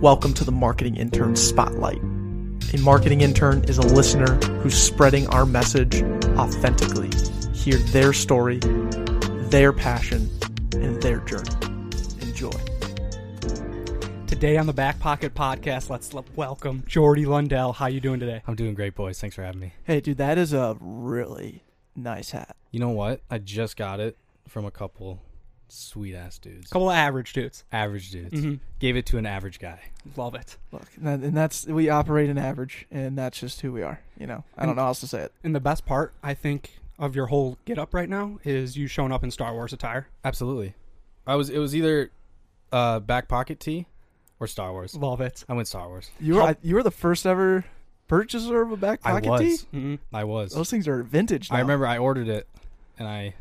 Welcome to the Marketing Intern Spotlight. A marketing intern is a listener who's spreading our message authentically. Hear their story, their passion, and their journey. Enjoy. Today on the Back Pocket Podcast, let's l- welcome Jordy Lundell. How you doing today? I'm doing great, boys. Thanks for having me. Hey, dude, that is a really nice hat. You know what? I just got it from a couple sweet ass dudes. Couple of average dudes. Average dudes. Gave it to an average guy. Love it. Look, and that- and that's we operate an average, and that's just who we are. You know, I don't know how else to say it. And the best part, I think, of your whole get up right now is you showing up in Star Wars attire. Absolutely. I was. It was either uh, back pocket tea or Star Wars. Love it. I went Star Wars. You were I- you were the first ever purchaser of a back pocket I was. Oh, tee. Mm-hmm. I was. Those things are vintage. Now. I remember I ordered it, and I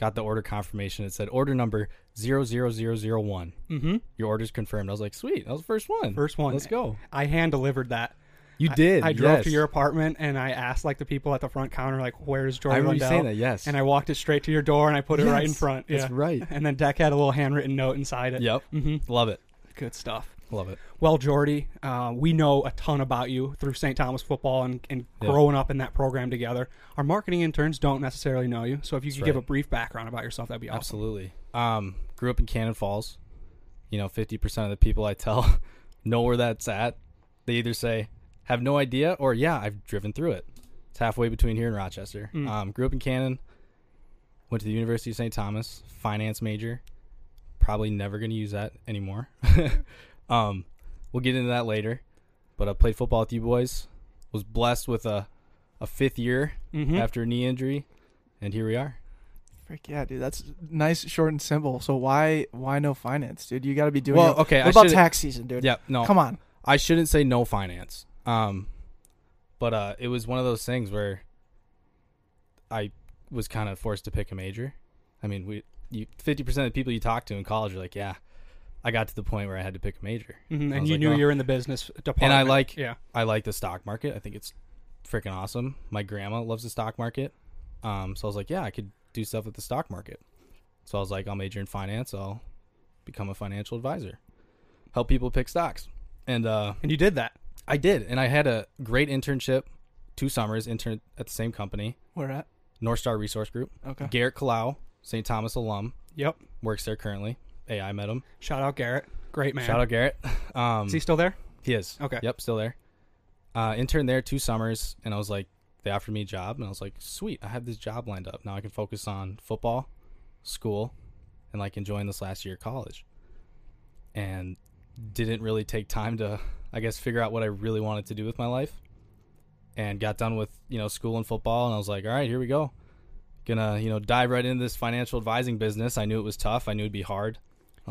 got the order confirmation. It said order number 00001. Mm-hmm. Your order's confirmed. I was like, sweet. That was the first one. First one. Let's go. I hand delivered that. You I- did. I, drove yes. to your apartment and I asked like the people at the front counter, like, "Where's I Jordy remember you Lundell?" saying that. Yes. And I walked it straight to your door and I put it right in Yes, front. that's yeah. right. And then Deck had a little handwritten note inside it. Yep. Mm-hmm. Love it. Good stuff. Love it. Well, Jordy, uh, we know a ton about you through St. Thomas football and, and Yeah. growing up in that program together. Our marketing interns don't necessarily know you, so if you could give a right. brief background about yourself, that'd be awesome. Absolutely. Um, grew up in Cannon Falls. You know, fifty percent of the people I tell know where that's at. They either say have no idea or yeah, I've driven through it. It's halfway between here and Rochester. Mm. Um, grew up in Cannon. Went to the University of St. Thomas, finance major. Probably never going to use that anymore. um, we'll get into that later. But I played football with you boys. Was blessed with a a fifth year Mm-hmm. Mhm. after a knee injury, and here we are. Frick yeah, dude. That's nice, short, and simple. So why why no finance, dude? You got to be doing. Well, your- okay, What I about should've- tax season, dude? Yeah, no. Come on. I shouldn't say no finance. Um, but uh, it was one of those things where I was kind of forced to pick a major. I mean, we you fifty percent of the people you talk to in college are like, yeah, I got to the point where I had to pick a major, Mhm, I And was you like, knew oh. you were in the business department. And I like, yeah. I like the stock market. I think it's freaking awesome. My grandma loves the stock market, um, so I was like, yeah, I could do stuff with the stock market. So I was like, I'll major in finance. I'll become a financial advisor, help people pick stocks, and uh, And you did that. I did, and I had a great internship, two summers intern at the same company, Where at? North Star Resource Group. Okay. Garrett Kalau, St. Thomas alum, Yep. works there currently. AI met him. Shout out Garrett. Great man. Shout out Garrett. Um, Is he still there? he is. Okay. Yep, still there. Uh, interned there two summers, and I was like, they offered me a job, and I was like, sweet, I have this job lined up. Now I can focus on football, school, and like enjoying this last year of college. And didn't really take time to, I guess, figure out what I really wanted to do with my life. And got done with you know school and football, and I was like, all right, here we go. Gonna you know dive right into this financial advising business. I knew it was tough. I knew it'd be hard. I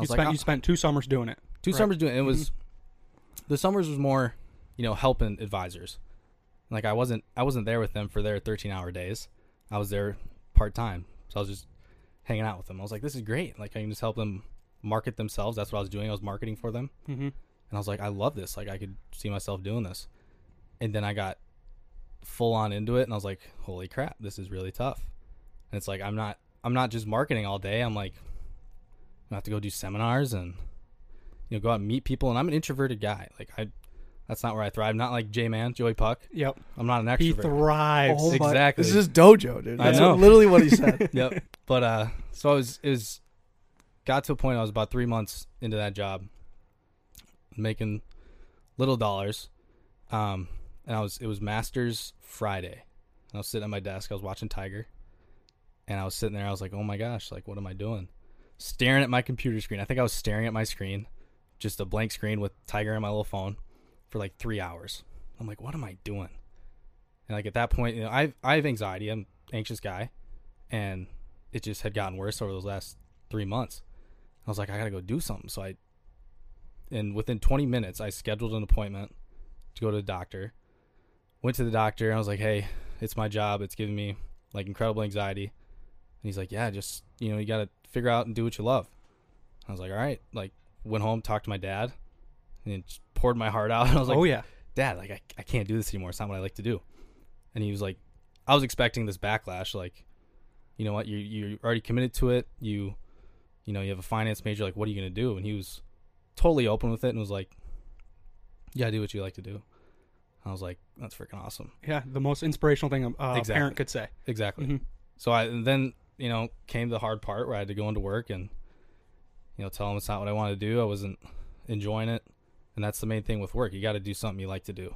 You was "Ah, spent, "I'll- you spent two summers doing it. two Right. summers doing it was the summers was more you know helping advisors like i wasn't i wasn't there with them for their 13 hour days i was there part-time so i was just hanging out with them i was like this is great like i can just help them market themselves that's what i was doing i was marketing for them Mm-hmm. and i was like i love this like i could see myself doing this and then i got full on into it and i was like holy crap this is really tough and it's like i'm not i'm not just marketing all day i'm like i have to go do seminars and you know go out and meet people and i'm an introverted guy like i that's not where i thrive not like j-man joey puck Yep. i'm not an He extrovert thrives. Oh my- exactly. This is dojo, dude. I That's know. What, literally what he said. yep but uh so i was it was got to a point i was about three months into that job making little dollars um and i was it was masters friday and i was sitting at my desk i was watching tiger and i was sitting there i was like oh my gosh like what am i doing staring at my computer screen i think i was staring at my screen just a blank screen with tiger and my little phone for like three hours i'm like what am i doing and like at that point you know i i have anxiety i'm an anxious guy and it just had gotten worse over those last three months i was like i gotta go do something so i and within 20 minutes i scheduled an appointment to go to the doctor went to the doctor and i was like hey it's my job it's giving me like incredible anxiety and he's like yeah just you know you gotta figure out and do what you love i was like all right like went home talked to my dad and just poured my heart out i was like oh, yeah. dad like I, I can't do this anymore it's not what i like to do and he was like i was expecting this backlash like you know what you you're already committed to it you you know you have a finance major like what are you going to do and he was totally open with it and was like Yeah, do what you like to do. I was like, that's freaking awesome. Yeah, the most inspirational thing a- a Exactly. parent could say. Exactly. Mhm. So I and then you know came the hard part where I had to go into work and you know tell them it's not what I want to do. I wasn't enjoying it, and that's the main thing with work. You got to do something you like to do,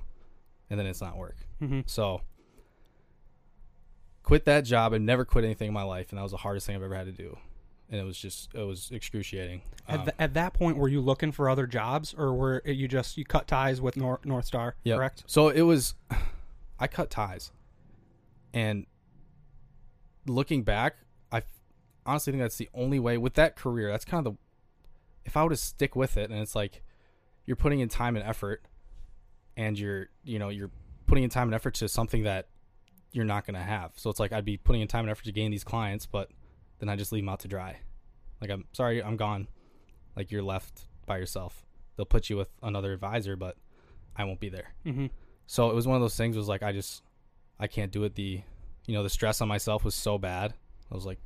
and then it's not work. Mm-hmm. So quit that job. I've never quit anything in my life, and that was the hardest thing I've ever had to do. And it was just it was excruciating. At, Um, th- at that point, were you looking for other jobs, or were you just you cut ties with Nor- North Star? Yep. Correct. So it was, I cut ties, and looking back, I honestly think that's the only way with that career. That's kind of the, if I were to stick with it, and it's like, you're putting in time and effort, and you're you know you're putting in time and effort to something that you're not gonna have. So it's like I'd be putting in time and effort to gain these clients, but then I just leave them out to dry. Like I'm sorry, I'm gone. Like you're left by yourself. They'll put you with another advisor, but I won't be there. Mm-hmm. So it was one of those things was like I just I can't do it the you know the stress on myself was so bad. I was like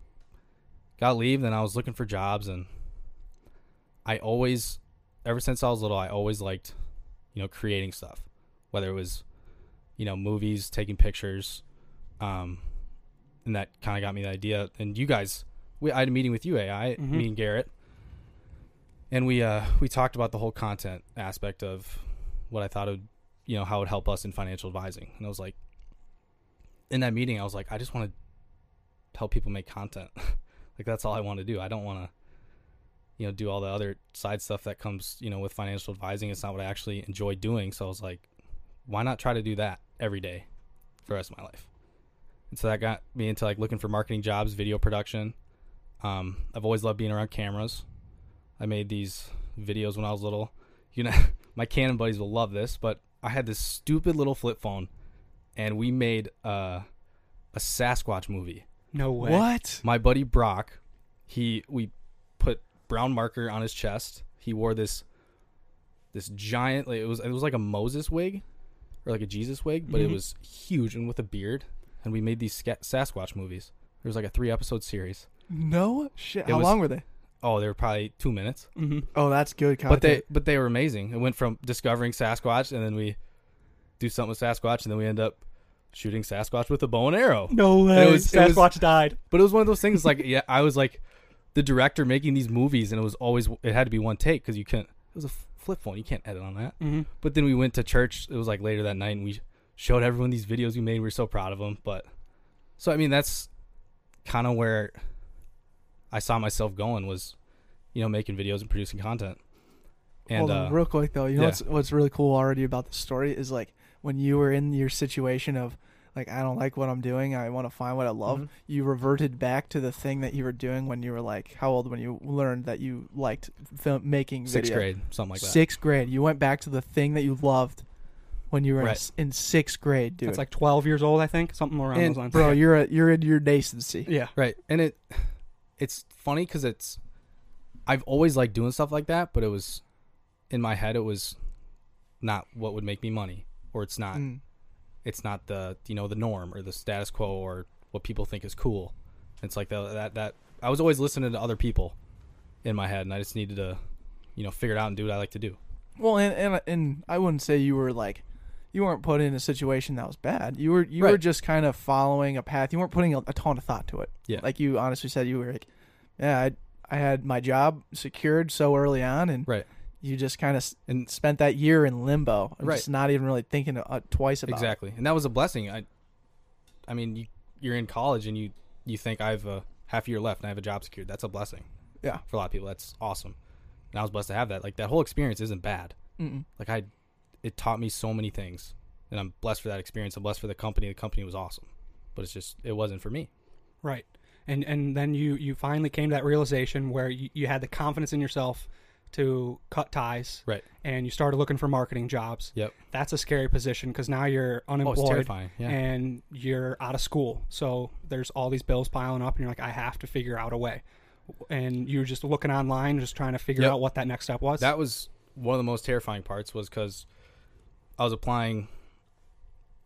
got leave then I was looking for jobs and I always ever since I was little I always liked you know creating stuff whether it was you know movies, taking pictures um and that kind of got me the idea and you guys we I had a meeting with you AI Mhm. me and Garrett and we uh we talked about the whole content aspect of what I thought it would you know how it would help us in financial advising and i was like in that meeting i was like i just want to help people make content like that's all i want to do i don't want to you know do all the other side stuff that comes you know with financial advising it's not what i actually enjoy doing so i was like why not try to do that every day for the rest of my life and so that got me into like looking for marketing jobs video production um, i've always loved being around cameras i made these videos when i was little you know my canon buddies will love this but I had this stupid little flip phone, and we made uh, a Sasquatch movie. No way. What? My buddy Brock, he we put brown marker on his chest. He wore this this giant like it was it was like a Moses wig or like a Jesus wig, but Mhm. it was huge and with a beard. And we made these sca- Sasquatch movies. There was like a three episode series. No shit. It How was- long were they? Oh, they were probably two minutes. Mm-hmm. Oh, that's good. but Content. they but they were amazing. It went from discovering Sasquatch, and then we do something with Sasquatch, and then we end up shooting Sasquatch with a bow and arrow. No way. way. was- it was- Sasquatch died. But it was one of those things. Like, yeah, I was like the director making these movies, and it was always it had to be one take because you couldn't. It was a f- flip phone. You can't edit on that. Mm-hmm. But then we went to church. It was like later that night, and we showed everyone these videos we made. We were so proud of them. But so I mean, that's kind of where I saw myself going was, you know, making videos and producing content. And Hold uh, on, real quick though. You know yeah. what's what's really cool already about the story is like when you were in your situation of like I don't like what I'm doing. I want to find what I love. Mhm. You reverted back to the thing that you were doing when you were like how old when you learned that you liked film making sixth video. grade, something like that. sixth grade. You went back to the thing that you loved when you were in, Right. s- in sixth grade, dude. That's like 12 years old, I think, something around And, those lines. bro, you're a, you're in your nascency. yeah. Right. And it it's funny cuz it's I've always liked doing stuff like that, but it was in my head it was not what would make me money or it's not Mm. it's not the you know the norm or the status quo or what people think is cool. It's like the, that that I was always listening to other people in my head and I just needed to you know figure it out and do what I like to do. Well, and, and and I wouldn't say you were like you weren't put in a situation that was bad. You were you were Right. just kind of following a path. You weren't putting a, a ton of thought to it. Yeah. Like you honestly said, you were like, yeah, I I had my job secured so early on, and Right. you just kind of And spent that year in limbo, and Right. just not even really thinking uh, twice about it. exactly and that was a blessing i i mean you, you're in college and you you think i have a half year left and i have a job secured that's a blessing Yeah. for a lot of people that's awesome and i was blessed to have that like that whole experience isn't bad Mm-mm. like i it taught me so many things and i'm blessed for that experience i'm blessed for the company the company was awesome but it's just it wasn't for me Right. And and then you you finally came to that realization where you, you had the confidence in yourself to cut ties. Right. And you started looking for marketing jobs. yep That's a scary position because now you're oh it's unemployed terrifying yeah and you're out of school. So there's all these bills piling up and you're like I have to figure out a way. And you're just looking online just trying to figure Yep. out what that next step was. That was one of the most terrifying parts was because I was applying.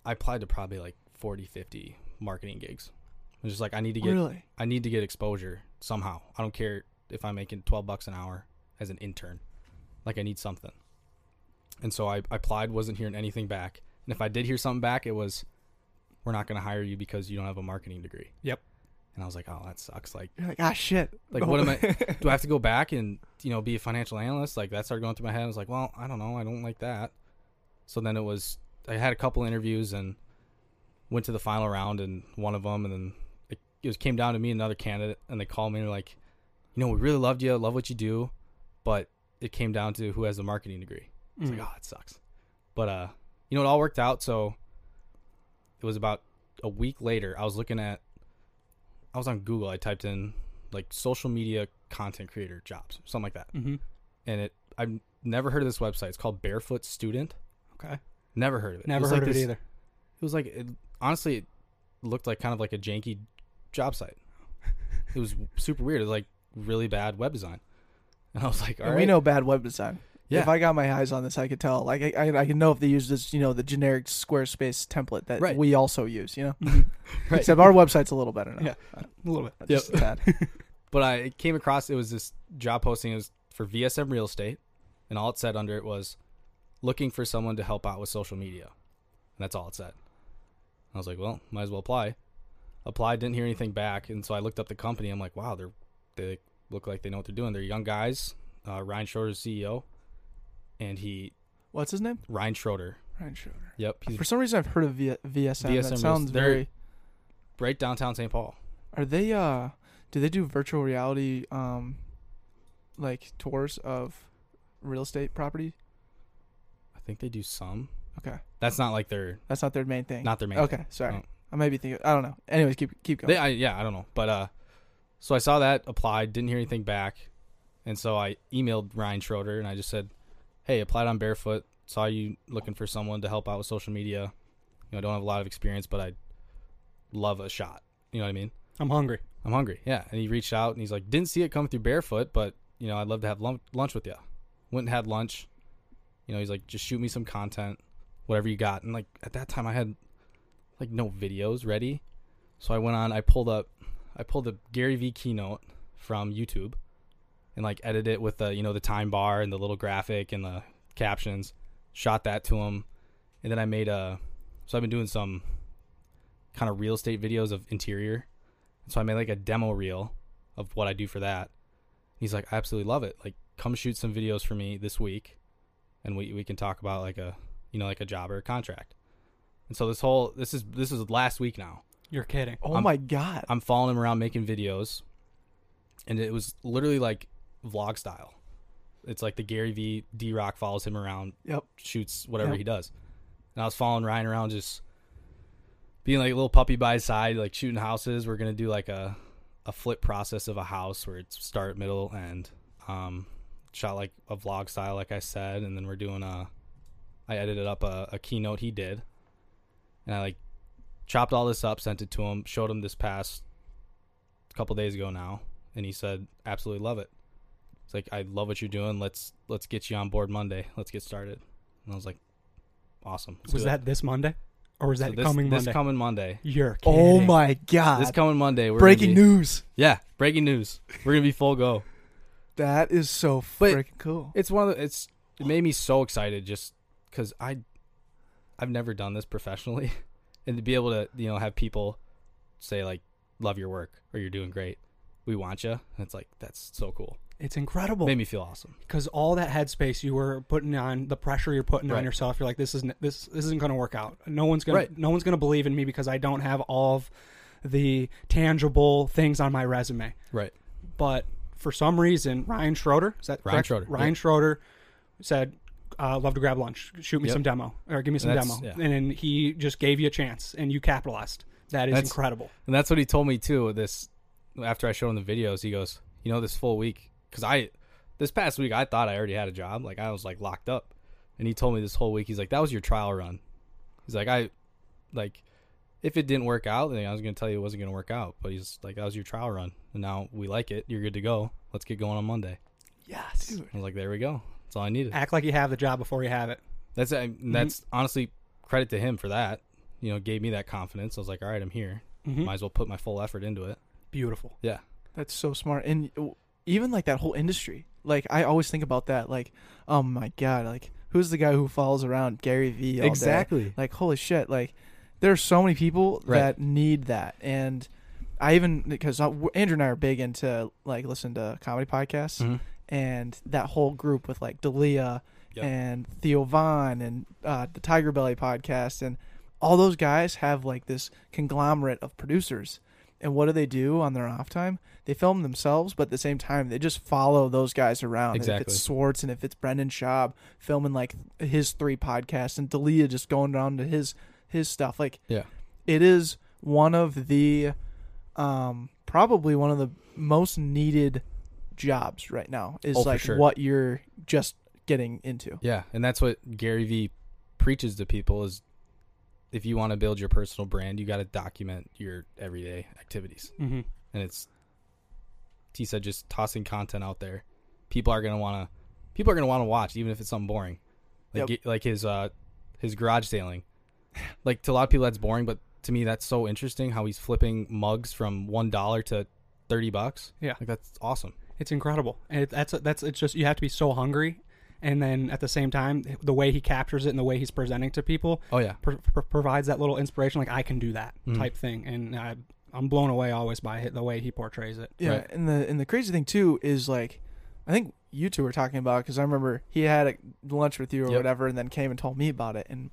I applied to probably like 40, 50 marketing gigs. I was just like, I need to get, Really? I need to get exposure somehow. I don't care if I'm making 12 bucks an hour as an intern. Like I need something. And so I, I applied, wasn't hearing anything back. And if I did hear something back, it was, we're not going to hire you because you don't have a marketing degree. Yep. And I was like, oh, that sucks. Like, You're like, ah, shit. like what am I? Do I have to go back and you know be a financial analyst? Like that started going through my head. I was like, well, I don't know. I don't like that. So then it was. I had a couple interviews and went to the final round and one of them, and then it, it was, came down to me and another candidate, and they called me and were like, you know, we really loved you, love what you do, but it came down to who has a marketing degree. It's Mm. like, oh, that sucks. But uh, you know, it all worked out. So it was about a week later. I was looking at, I was on Google. I typed in like social media content creator jobs, something like that. Mm-hmm. And it, I've never heard of this website. It's called Barefoot Student. Okay. Never heard of it. Never was heard of like this- it either. It was like, it, honestly, it looked like kind of like a janky job site. It was super weird. It was like really bad web design. And I was like, all And right, we know bad web design. Yeah. If I got my eyes on this, I could tell. Like I, I, I could know if they use this, you know, the generic Squarespace template that Right. Mm-hmm. we also use. You know, Right. except our website's a little better now. Yeah. A little bit. Uh, Just a tad. but I it came across it was this job posting. It was for VSM Real Estate, and all it said under it was looking for someone to help out with social media, and that's all it said. I was like, well, might as well apply. Applied, didn't hear anything back, and so I looked up the company. I'm like, wow, they're they look like they know what they're doing. They're young guys. Uh, Ryan Schroeder's CEO, and he What's his name? Ryan Schroeder. Ryan Schroeder. Yep, he's For some reason, I've heard of v- VSM. VSM That is- sounds they're- very. right downtown St. Paul. Are they? Uh, do they do virtual reality, um, like tours of real estate property? I think they do some. Okay, That's not like their that's not their main thing. not their main. okay, sorry. No. I may be thinking. I don't know. Anyways, keep keep going. They, I, yeah, I don't know, but uh, so I saw that applied, didn't hear anything back, and so I emailed Ryan Schroeder and I just said, "Hey, applied on Barefoot. Saw you looking for someone to help out with social media. You know, I don't have a lot of experience, but I love a shot. You know what I mean? I'm hungry. I'm hungry. Yeah." And he reached out and he's like, "Didn't see it come through Barefoot, but you know, I'd love to have lun- lunch with you." Went and had lunch. You know, he's like, "Just shoot me some content, whatever you got." And like at that time, I had like no videos ready. So I went on, I pulled up, I pulled the Gary Vee keynote from YouTube, and like edited it with the you know the time bar and the little graphic and the captions, shot that to him, and then I made a. So I've been doing some kind of real estate videos of interior, so I made like a demo reel of what I do for that. He's like, I absolutely love it. Like, come shoot some videos for me this week, and we we can talk about like a you know like a job or a contract. And so this whole this is this is last week now. You're kidding. oh I'm- my god. I'm following him around making videos, and it was literally like vlog style. It's like the Gary V D Rock follows him around, yep. shoots whatever Yep. he does, and I was following Ryan around, just being like a little puppy by his side, like shooting houses. We're gonna do like a a flip process of a house where it's start, middle, end. Um, shot like a vlog style, like I said, and then we're doing a. I edited up a, a keynote he did, and I like chopped all this up, sent it to him, showed him this past couple days ago now, and he said, "Absolutely love it." It's like I love what you're doing. Let's let's get you on board Monday. Let's get started. And I was like, "Awesome." Let's was do it." that this Monday, or was So that this, coming this Monday? coming Monday. You're kidding. Oh my god. This coming Monday. We're gonna Breaking be- news. Yeah, breaking news. We're gonna be full go. That is so But- freaking cool. It's one of the, it's it made me so excited just because I I've never done this professionally, and to be able to you know have people say like love your work or you're doing great, we want you. It's like that's so cool. It's incredible. Made me feel awesome. because all that headspace you were putting on the pressure you're putting on Right. yourself you're like this isn't this, this isn't going to work out no one's going Right. to no one's going to believe in me because i don't have all of the tangible things on my resume Right. but for some reason ryan schroeder is that Ryan correct? Schroeder, ryan yeah. schroeder said uh, love to grab lunch shoot me Yep. some demo or give me some That's- demo yeah. and then he just gave you a chance and you capitalized that is That's- incredible And that's what he told me too. This after I showed him the videos, he goes, "You know, this full week, because I this past week I thought I already had a job, like I was like locked up." And he told me this whole week, he's like, "That was your trial run." He's like, "I like if it didn't work out, then I was gonna tell you it wasn't gonna work out." But he's like, "That was your trial run, and now we like it. You're good to go. Let's get going on Monday." yes. I was like, "There we go. That's all I needed." act like you have the job before you have it That's I, that's honestly credit to him for that. You know, gave me that confidence. I was like, "All right, I'm here. Mhm. Might as well put my full effort into it." beautiful Yeah. That's so smart. And w- even like that whole industry. Like I always think about that. Like, oh my god, like who's the guy who follows around Gary Vee? all day? exactly. Like holy shit! Like there are so many people Right. that need that, and I even because uh, Andrew and I are big into like listen to comedy podcasts, Mhm. and that whole group with like Dalia Yep. and Theo Vaughn and uh, the Tiger Belly podcast and all those guys have like this conglomerate of producers. And what do they do on their off time? They film themselves, but at the same time, they just follow those guys around. And if Exactly. it's Swartz and if it's Brendan Schaub filming like his three podcasts and Dalia just going down to his his stuff, like Yeah. it is one of the um, probably one of the most needed jobs right now is Oh, for like sure. what you're just getting into. Yeah, and that's what Gary Vee preaches to people is if you want to build your personal brand, you got to document your everyday activities. Mm-hmm. And it's he said just tossing content out there. People are going to want to people are going to want to watch even if it's something boring. Like Yep. ge- like his uh his garage sailing. Like to a lot of people that's boring, but to me that's so interesting how he's flipping mugs from $1 to 30 bucks. Yeah. Like that's awesome. It's incredible. And it, that's that's it's just you have to be so hungry, and then at the same time, the way he captures it and the way he's presenting to people Oh yeah. pr- pr- provides that little inspiration, like I can do that type thing. And I, I'm blown away always by hi- the way he portrays it. Yeah, Right. and the and the crazy thing too is like, I think you two were talking about because I remember he had a lunch with you or Yep. whatever, and then came and told me about it. And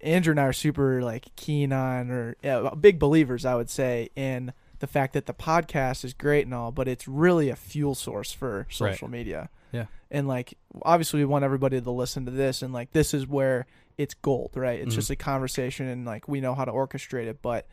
Andrew and I are super like keen on or yeah, big believers, I would say, in the fact that the podcast is great and all, but it's really a fuel source for social media. Yeah. and like obviously we want everybody to listen to this, and like this is where it's gold, right? It's Mhm. just a conversation, and like we know how to orchestrate it, but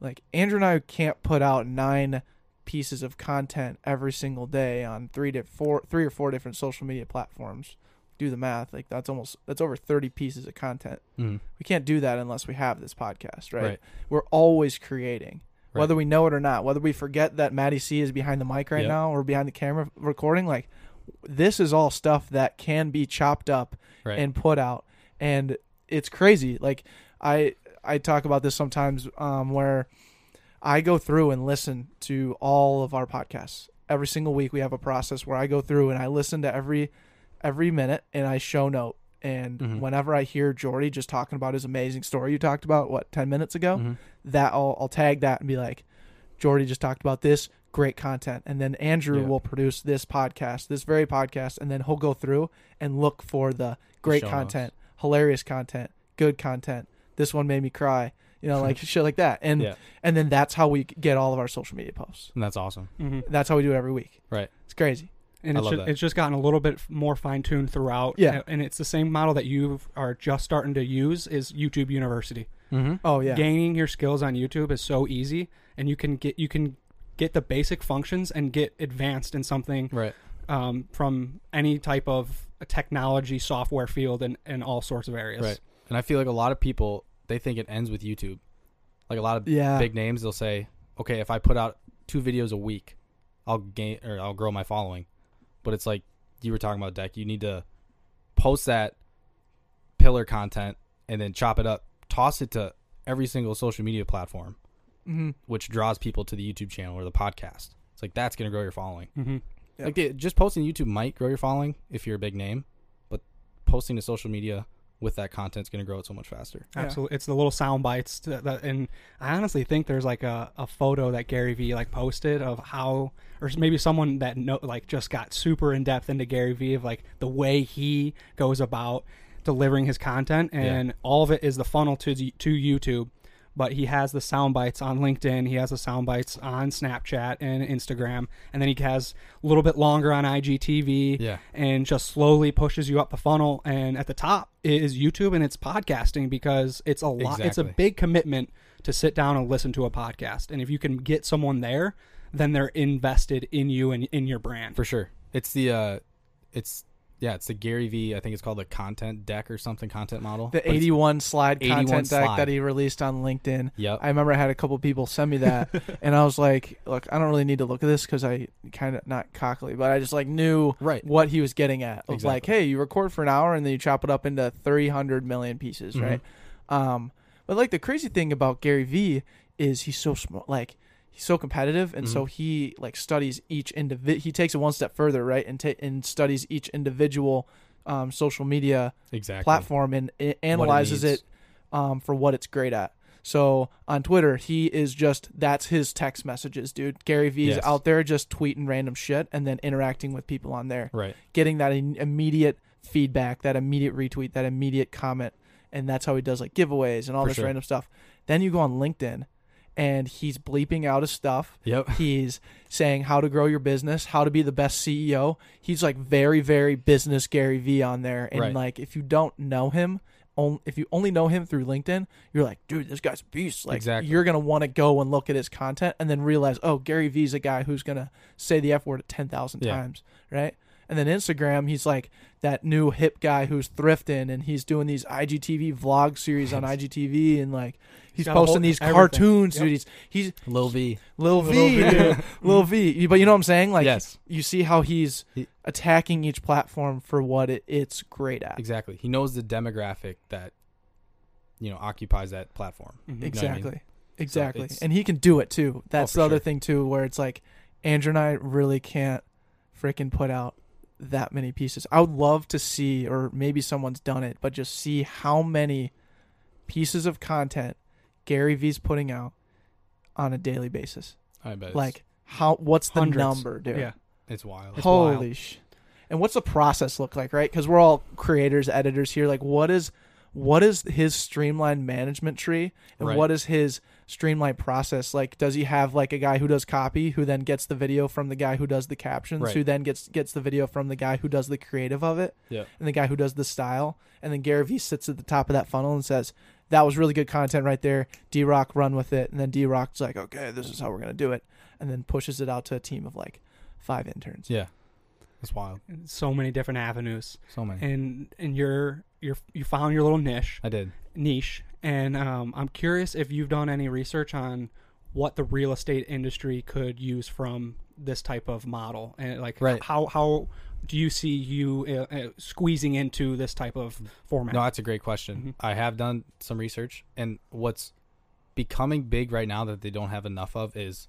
like Andrew and I can't put out nine pieces of content every single day on three to four three or four different social media platforms. Do the math, like that's almost that's over thirty pieces of content. Mhm. We can't do that unless we have this podcast, right? Right. We're always creating. Right. Whether we know it or not, whether we forget that Maddie C is behind the mic right Yep. now or behind the camera recording, like this is all stuff that can be chopped up Right. and put out and it's crazy like i i talk about this sometimes um where i go through and listen to all of our podcasts every single week we have a process where i go through and i listen to every every minute and i show note and Mhm. whenever i hear jordy just talking about his amazing story you talked about what 10 minutes ago Mhm. that I'll, I'll tag that and be like, Jordy just talked about this great content, and then Andrew Yeah. will produce this podcast, this very podcast, and then he'll go through and look for the great show notes. content, hilarious content, good content. This one made me cry, you know, like shit like that, and Yeah. and then that's how we get all of our social media posts. And that's awesome. Mm-hmm. That's how we do it every week. Right. It's crazy. and I it's love just, that. it's just gotten a little bit f- more fine tuned throughout. Yeah. and it's the same model that you are just starting to use is YouTube University. Mhm. Oh yeah, Gaining your skills on YouTube is so easy, and you can get you can get the basic functions and get advanced in something Right. um, from any type of technology software field and and all sorts of areas. Right. And I feel like a lot of people they think it ends with YouTube. Like a lot of yeah, big names, they'll say, "Okay, if I put out two videos a week, I'll gain or I'll grow my following." But it's like you were talking about, Deck. You need to post that pillar content and then chop it up, toss it to every single social media platform, hmm which draws people to the YouTube channel or the podcast. It's like that's gonna grow your following. Mm-hmm. Yeah. Like the, just posting to YouTube might grow your following if you're a big name, but posting to social media with that content's gonna grow it so much faster. Yeah. Absolutely, it's the little sound bites, to, that, and I honestly think there's like a, a photo that Gary Vee like posted of how, or maybe someone that know like just got super in depth into Gary Vee of like the way he goes about delivering his content, and all of it is the funnel to the- to YouTube. But he has the sound bites on LinkedIn, he has the sound bites on Snapchat and Instagram, and then he has a little bit longer on IGTV Yeah. and just slowly pushes you up the funnel and at the top is YouTube and it's podcasting because it's a lot it's a Exactly. big commitment to sit down and listen to a podcast and if you can get someone there then they're invested in you and in your brand For sure. It's the uh it's yeah, it's the Gary V, I think it's called the content deck or something content model. But the it's- eighty-one slide 81 content deck slide. that he released on LinkedIn. Yep. I remember I had a couple people send me that, and I was like, "Look, I don't really need to look at this because I kind of not cockily, but I just like knew Right. what he was getting at. Of Like, Exactly. hey, you record for an hour and then you chop it up into three hundred million pieces, Mhm. right? Um, but like the crazy thing about Gary Vee is he's so smart, like he's so competitive, and Mm-hmm. so he like studies each individual. He takes it one step further, right, and ta- and studies each individual. um, social media Exactly. platform and it analyzes needs. it, um, for what it's great at. So on Twitter, he is just that's his text messages, dude. Gary Vee's Yes. out there just tweeting random shit and then interacting with people on there, Right. getting that in- immediate feedback, that immediate retweet, that immediate comment, and that's how he does like giveaways and all For this sure. random stuff. Then you go on LinkedIn, and he's bleeping out his stuff. Yep. He's saying how to grow your business, how to be the best CEO. He's like very, very business Gary Vee on there. And Right. like, if you don't know him, on, if you only know him through LinkedIn, you're like, dude, this guy's a beast. Like, Exactly. you're going to want to go and look at his content and then realize, oh, Gary Vee's a guy who's going to say the F word 10,000 Yeah. times. Right. And then Instagram, he's like that new hip guy who's thrifting and he's doing these IGTV vlog series on IGTV and like he's got a whole- posting these everything. cartoons, Yep. dude. He's, he's Lil V. Lil Lil V, V. dude. Lil V. You- But you know what I'm saying? Like, yes. you see how he's He- attacking each platform for what it, it's great at. Exactly. He knows the demographic that you know occupies that platform. Mhm. Ex- know what I mean? Exactly. Exactly. it's- Oh, and he can do it too. That's for the other sure. thing too, where it's like Andrew and I really can't freaking put out that many pieces. I would love to see, or maybe someone's done it, but just see how many pieces of content Gary Vee's putting out on a daily basis. I bet. It's, like how what's the Hundreds. number, dude? Yeah. it's wild. It's Holy wild. sh! And what's the process look like, right? Because we're all creators, editors here. Like, what is what is his streamlined management tree, and Right. what is his streamlined process? Like, does he have like a guy who does copy, who then gets the video from the guy who does the captions, Right. who then gets gets the video from the guy who does the creative of it, Yeah. and the guy who does the style, and then Gary Vee sits at the top of that funnel and says. That was really good content right there. D Rock, run with it. And then D Rock's like, okay, this is how we're going to do it. And then pushes it out to a team of like five interns. Yeah. It's wild. so many different avenues, So many. and and you're you're you found your little niche I did. niche, and um, I'm curious if you've done any research on what the real estate industry could use from this type of model, and like Right. how how do you see you uh, uh, squeezing into this type of format? No, that's a great question. Mm-hmm. I have done some research, and what's becoming big right now that they don't have enough of is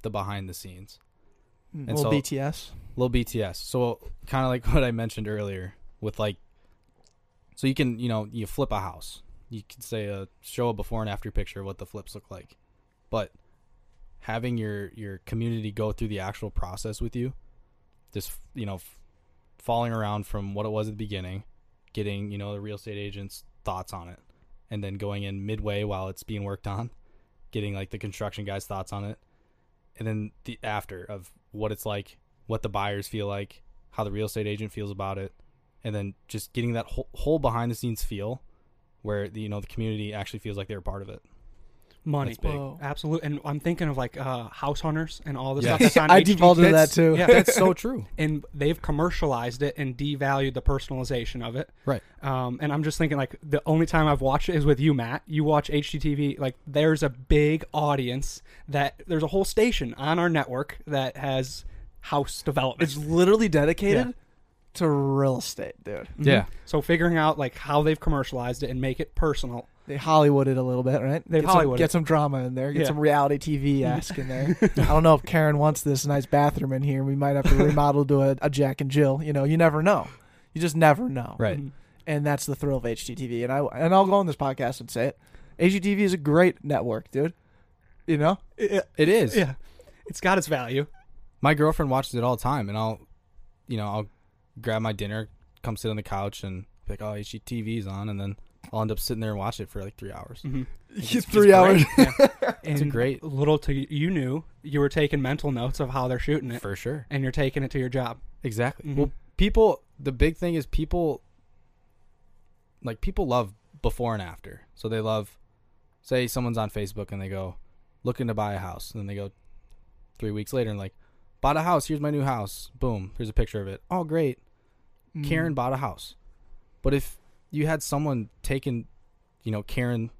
the behind the scenes. Mm, And little so- BTS. little BTS. So kind of like what I mentioned earlier with like, so you can you know you flip a house. You can say a show a before and after picture of what the flips look like, but having your your community go through the actual process with you, just you know, f- falling around from what it was at the beginning, getting you know the real estate agent's thoughts on it, and then going in midway while it's being worked on, getting like the construction guy's thoughts on it, and then the after of what it's like, what the buyers feel like, how the real estate agent feels about it, and then just getting that whole, whole behind the scenes feel where the, you know the community actually feels like they're a part of it. money. That's big. Whoa. Absolutely, and I'm thinking of like uh, house hunters and all this Yes. stuff. That's on I HG devolved into that That's- too. Yeah, that's so true. and they've commercialized it and devalued the personalization of it. Right. Um, and I'm just thinking like the only time I've watched it is with you, Matt. You watch HGTV. Like there's a big audience that there's a whole station on our network that has house development. It's literally dedicated to real estate, dude. Mm-hmm. Yeah. so figuring out like how they've commercialized it and make it personal. They Hollywooded a little bit, right? They They've get some, Hollywooded. get some drama in there, get Yeah. some reality TV ask in there. I don't know if Karen wants this nice bathroom in here. We might have to remodel to a, a Jack and Jill. You know, you never know. You just never know. Right. And that's the thrill of HGTV. And I and I'll go on this podcast and say it. HGTV is a great network, dude. You know, It is. Yeah. It's got its value. My girlfriend watches it all the time and I'll you know, I'll grab my dinner, come sit on the couch and be like, Oh, HGTV's on and then I'll end up sitting there and watch it for like three hours. it's three hours. great. It's great- Little to you knew you were taking mental notes of how they're shooting it, For sure. and you're taking it to your job. Exactly. Mhm. Well, people, the big thing is people, like, people love before and after. So they love, say, someone's on Facebook and they go, looking to buy a house. And then they go three weeks later and, like, bought a house. Here's my new house. Boom. Here's a picture of it. Oh, great. Karen bought a house. But if you had someone taking, you know, Karen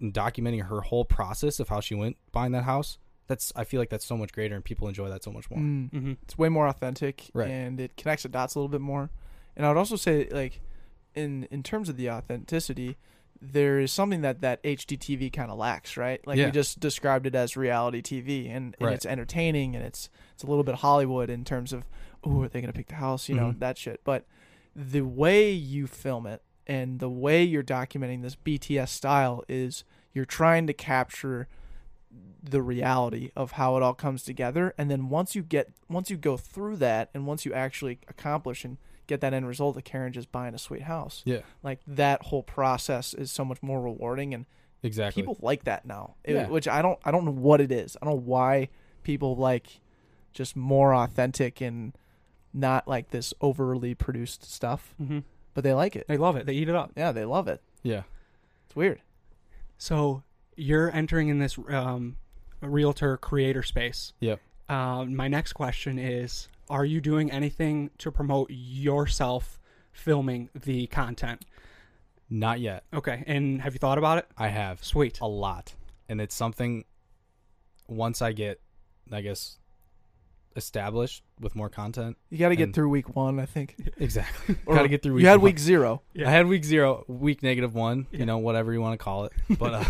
and documenting her whole process of how she went buying that house, that's, I feel like that's so much greater and people enjoy that so much more. Mm. Mm-hmm. it's way more authentic Right. and it connects the dots a little bit more and i would also say like in in terms of the authenticity there is something that that HDTV kind of lacks, right? Like Yeah. you just described it as reality TV, and, and Right. it's entertaining and it's it's a little bit Hollywood in terms of, oh, are they gonna pick the house? You know Mhm. that shit. But the way you film it and the way you're documenting this BTS style is you're trying to capture the reality of how it all comes together and then once you get once you go through that and once you actually accomplish and get that end result of Karen just buying a sweet house Yeah, like that whole process is so much more rewarding and exactly. people like that now it- Yeah. which i don't i don't know what it is i don't know why people like just more authentic and not like this overly produced stuff hmm but they like it They love it. They eat it up. yeah they love it yeah, it's weird So you're entering in this um, realtor creator space. Yep. Um, my next question is: Are you doing anything to promote yourself filming the content? not yet. Okay, and have you thought about it? I have Sweet. a lot, and it's something. Once I get, I guess, established with more content. you got to get And- through week one i think Exactly. Or- Gotta get through. you had one. week zero Yeah. I had week zero, week negative one, Yeah. you know, whatever you want to call it. But uh,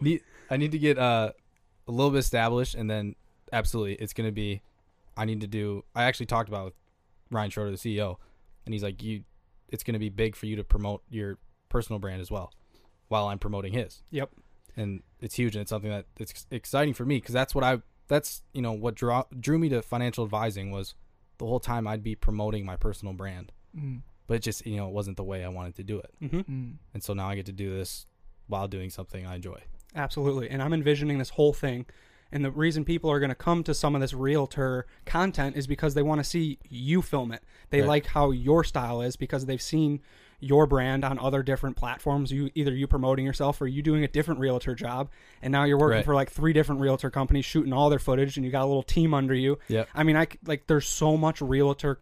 need, I need to get uh, a little bit established, and then absolutely, it's going to be. I need to do. I actually talked about it with Ryan Schroeder, the CEO, and he's like, "You, it's going to be big for you to promote your personal brand as well, while I'm promoting his." Yep. And it's huge, and it's something that it's exciting for me because that's what I. That's you know what draw drew me to financial advising was the whole time I'd be promoting my personal brand, mm, but it just you know it wasn't the way I wanted to do it hmm mm. and so now I get to do this while doing something I enjoy. Absolutely. And I'm envisioning this whole thing. And the reason people are going to come to some of this realtor content is because they want to see you film it. They Right. like how your style is because they've seen your brand on other different platforms. You either you promoting yourself or you doing a different realtor job, and now you're working Right. for like three different realtor companies shooting all their footage, and you got a little team under you. Yep. I mean, I c- like there's so much realtor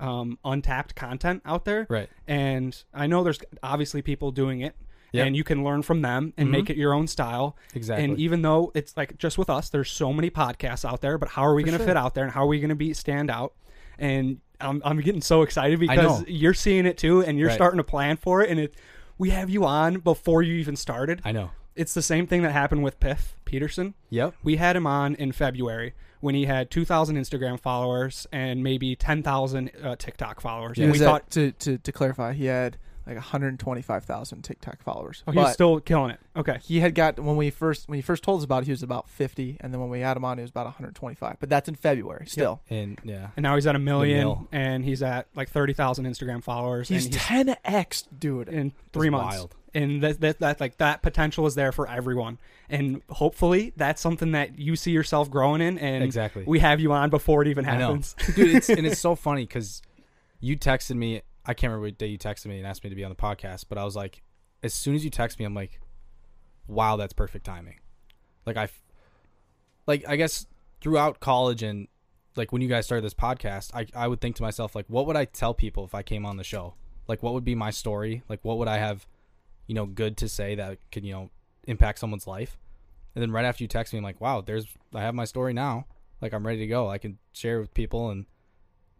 um, untapped content out there, Right. and I know there's obviously people doing it, Yep. Mm-hmm. and you can learn from them and make it your own style. Exactly. And even though it's like just with us, there's so many podcasts out there, but how are we going to fit out there and how are we going to be stand out? And I'm, I'm getting so excited because know. you're seeing it too, and you're Right. starting to plan for it. And it, we have you on before you even started. I know. it's the same thing that happened with Piff Peterson. Yep. We had him on in February when he had 2,000 Instagram followers and maybe 10,000 uh, TikTok followers. He And we was thought, at, to, to to clarify he had like 125000 tiktok followers oh, he but was still killing it. Okay. he had got when we first when he first told us about it he was about 50 and then when we had him on he was about 125 but that's in february still And yeah. And now he's at a million mil. and he's at like 30,000 Instagram followers. He's and he's 10x, dude. in three It's months. wild. And that, that that like that potential is there for everyone. And hopefully that's something that you see yourself growing in and Exactly. we have you on before it even I know. happens. Dude, it's and it's so funny because you texted me. I can't remember what day you texted me and asked me to be on the podcast, but I was like, as soon as you text me, I'm like, wow, that's perfect timing. Like I, f- like I guess throughout college and like when you guys started this podcast, I I would think to myself like, what would I tell people if I came on the show? Like, what would be my story? Like, what would I have, you know, good to say that could you know impact someone's life? And then right after you text me, I'm like, wow, there's I have my story now. Like I'm ready to go. I can share with people and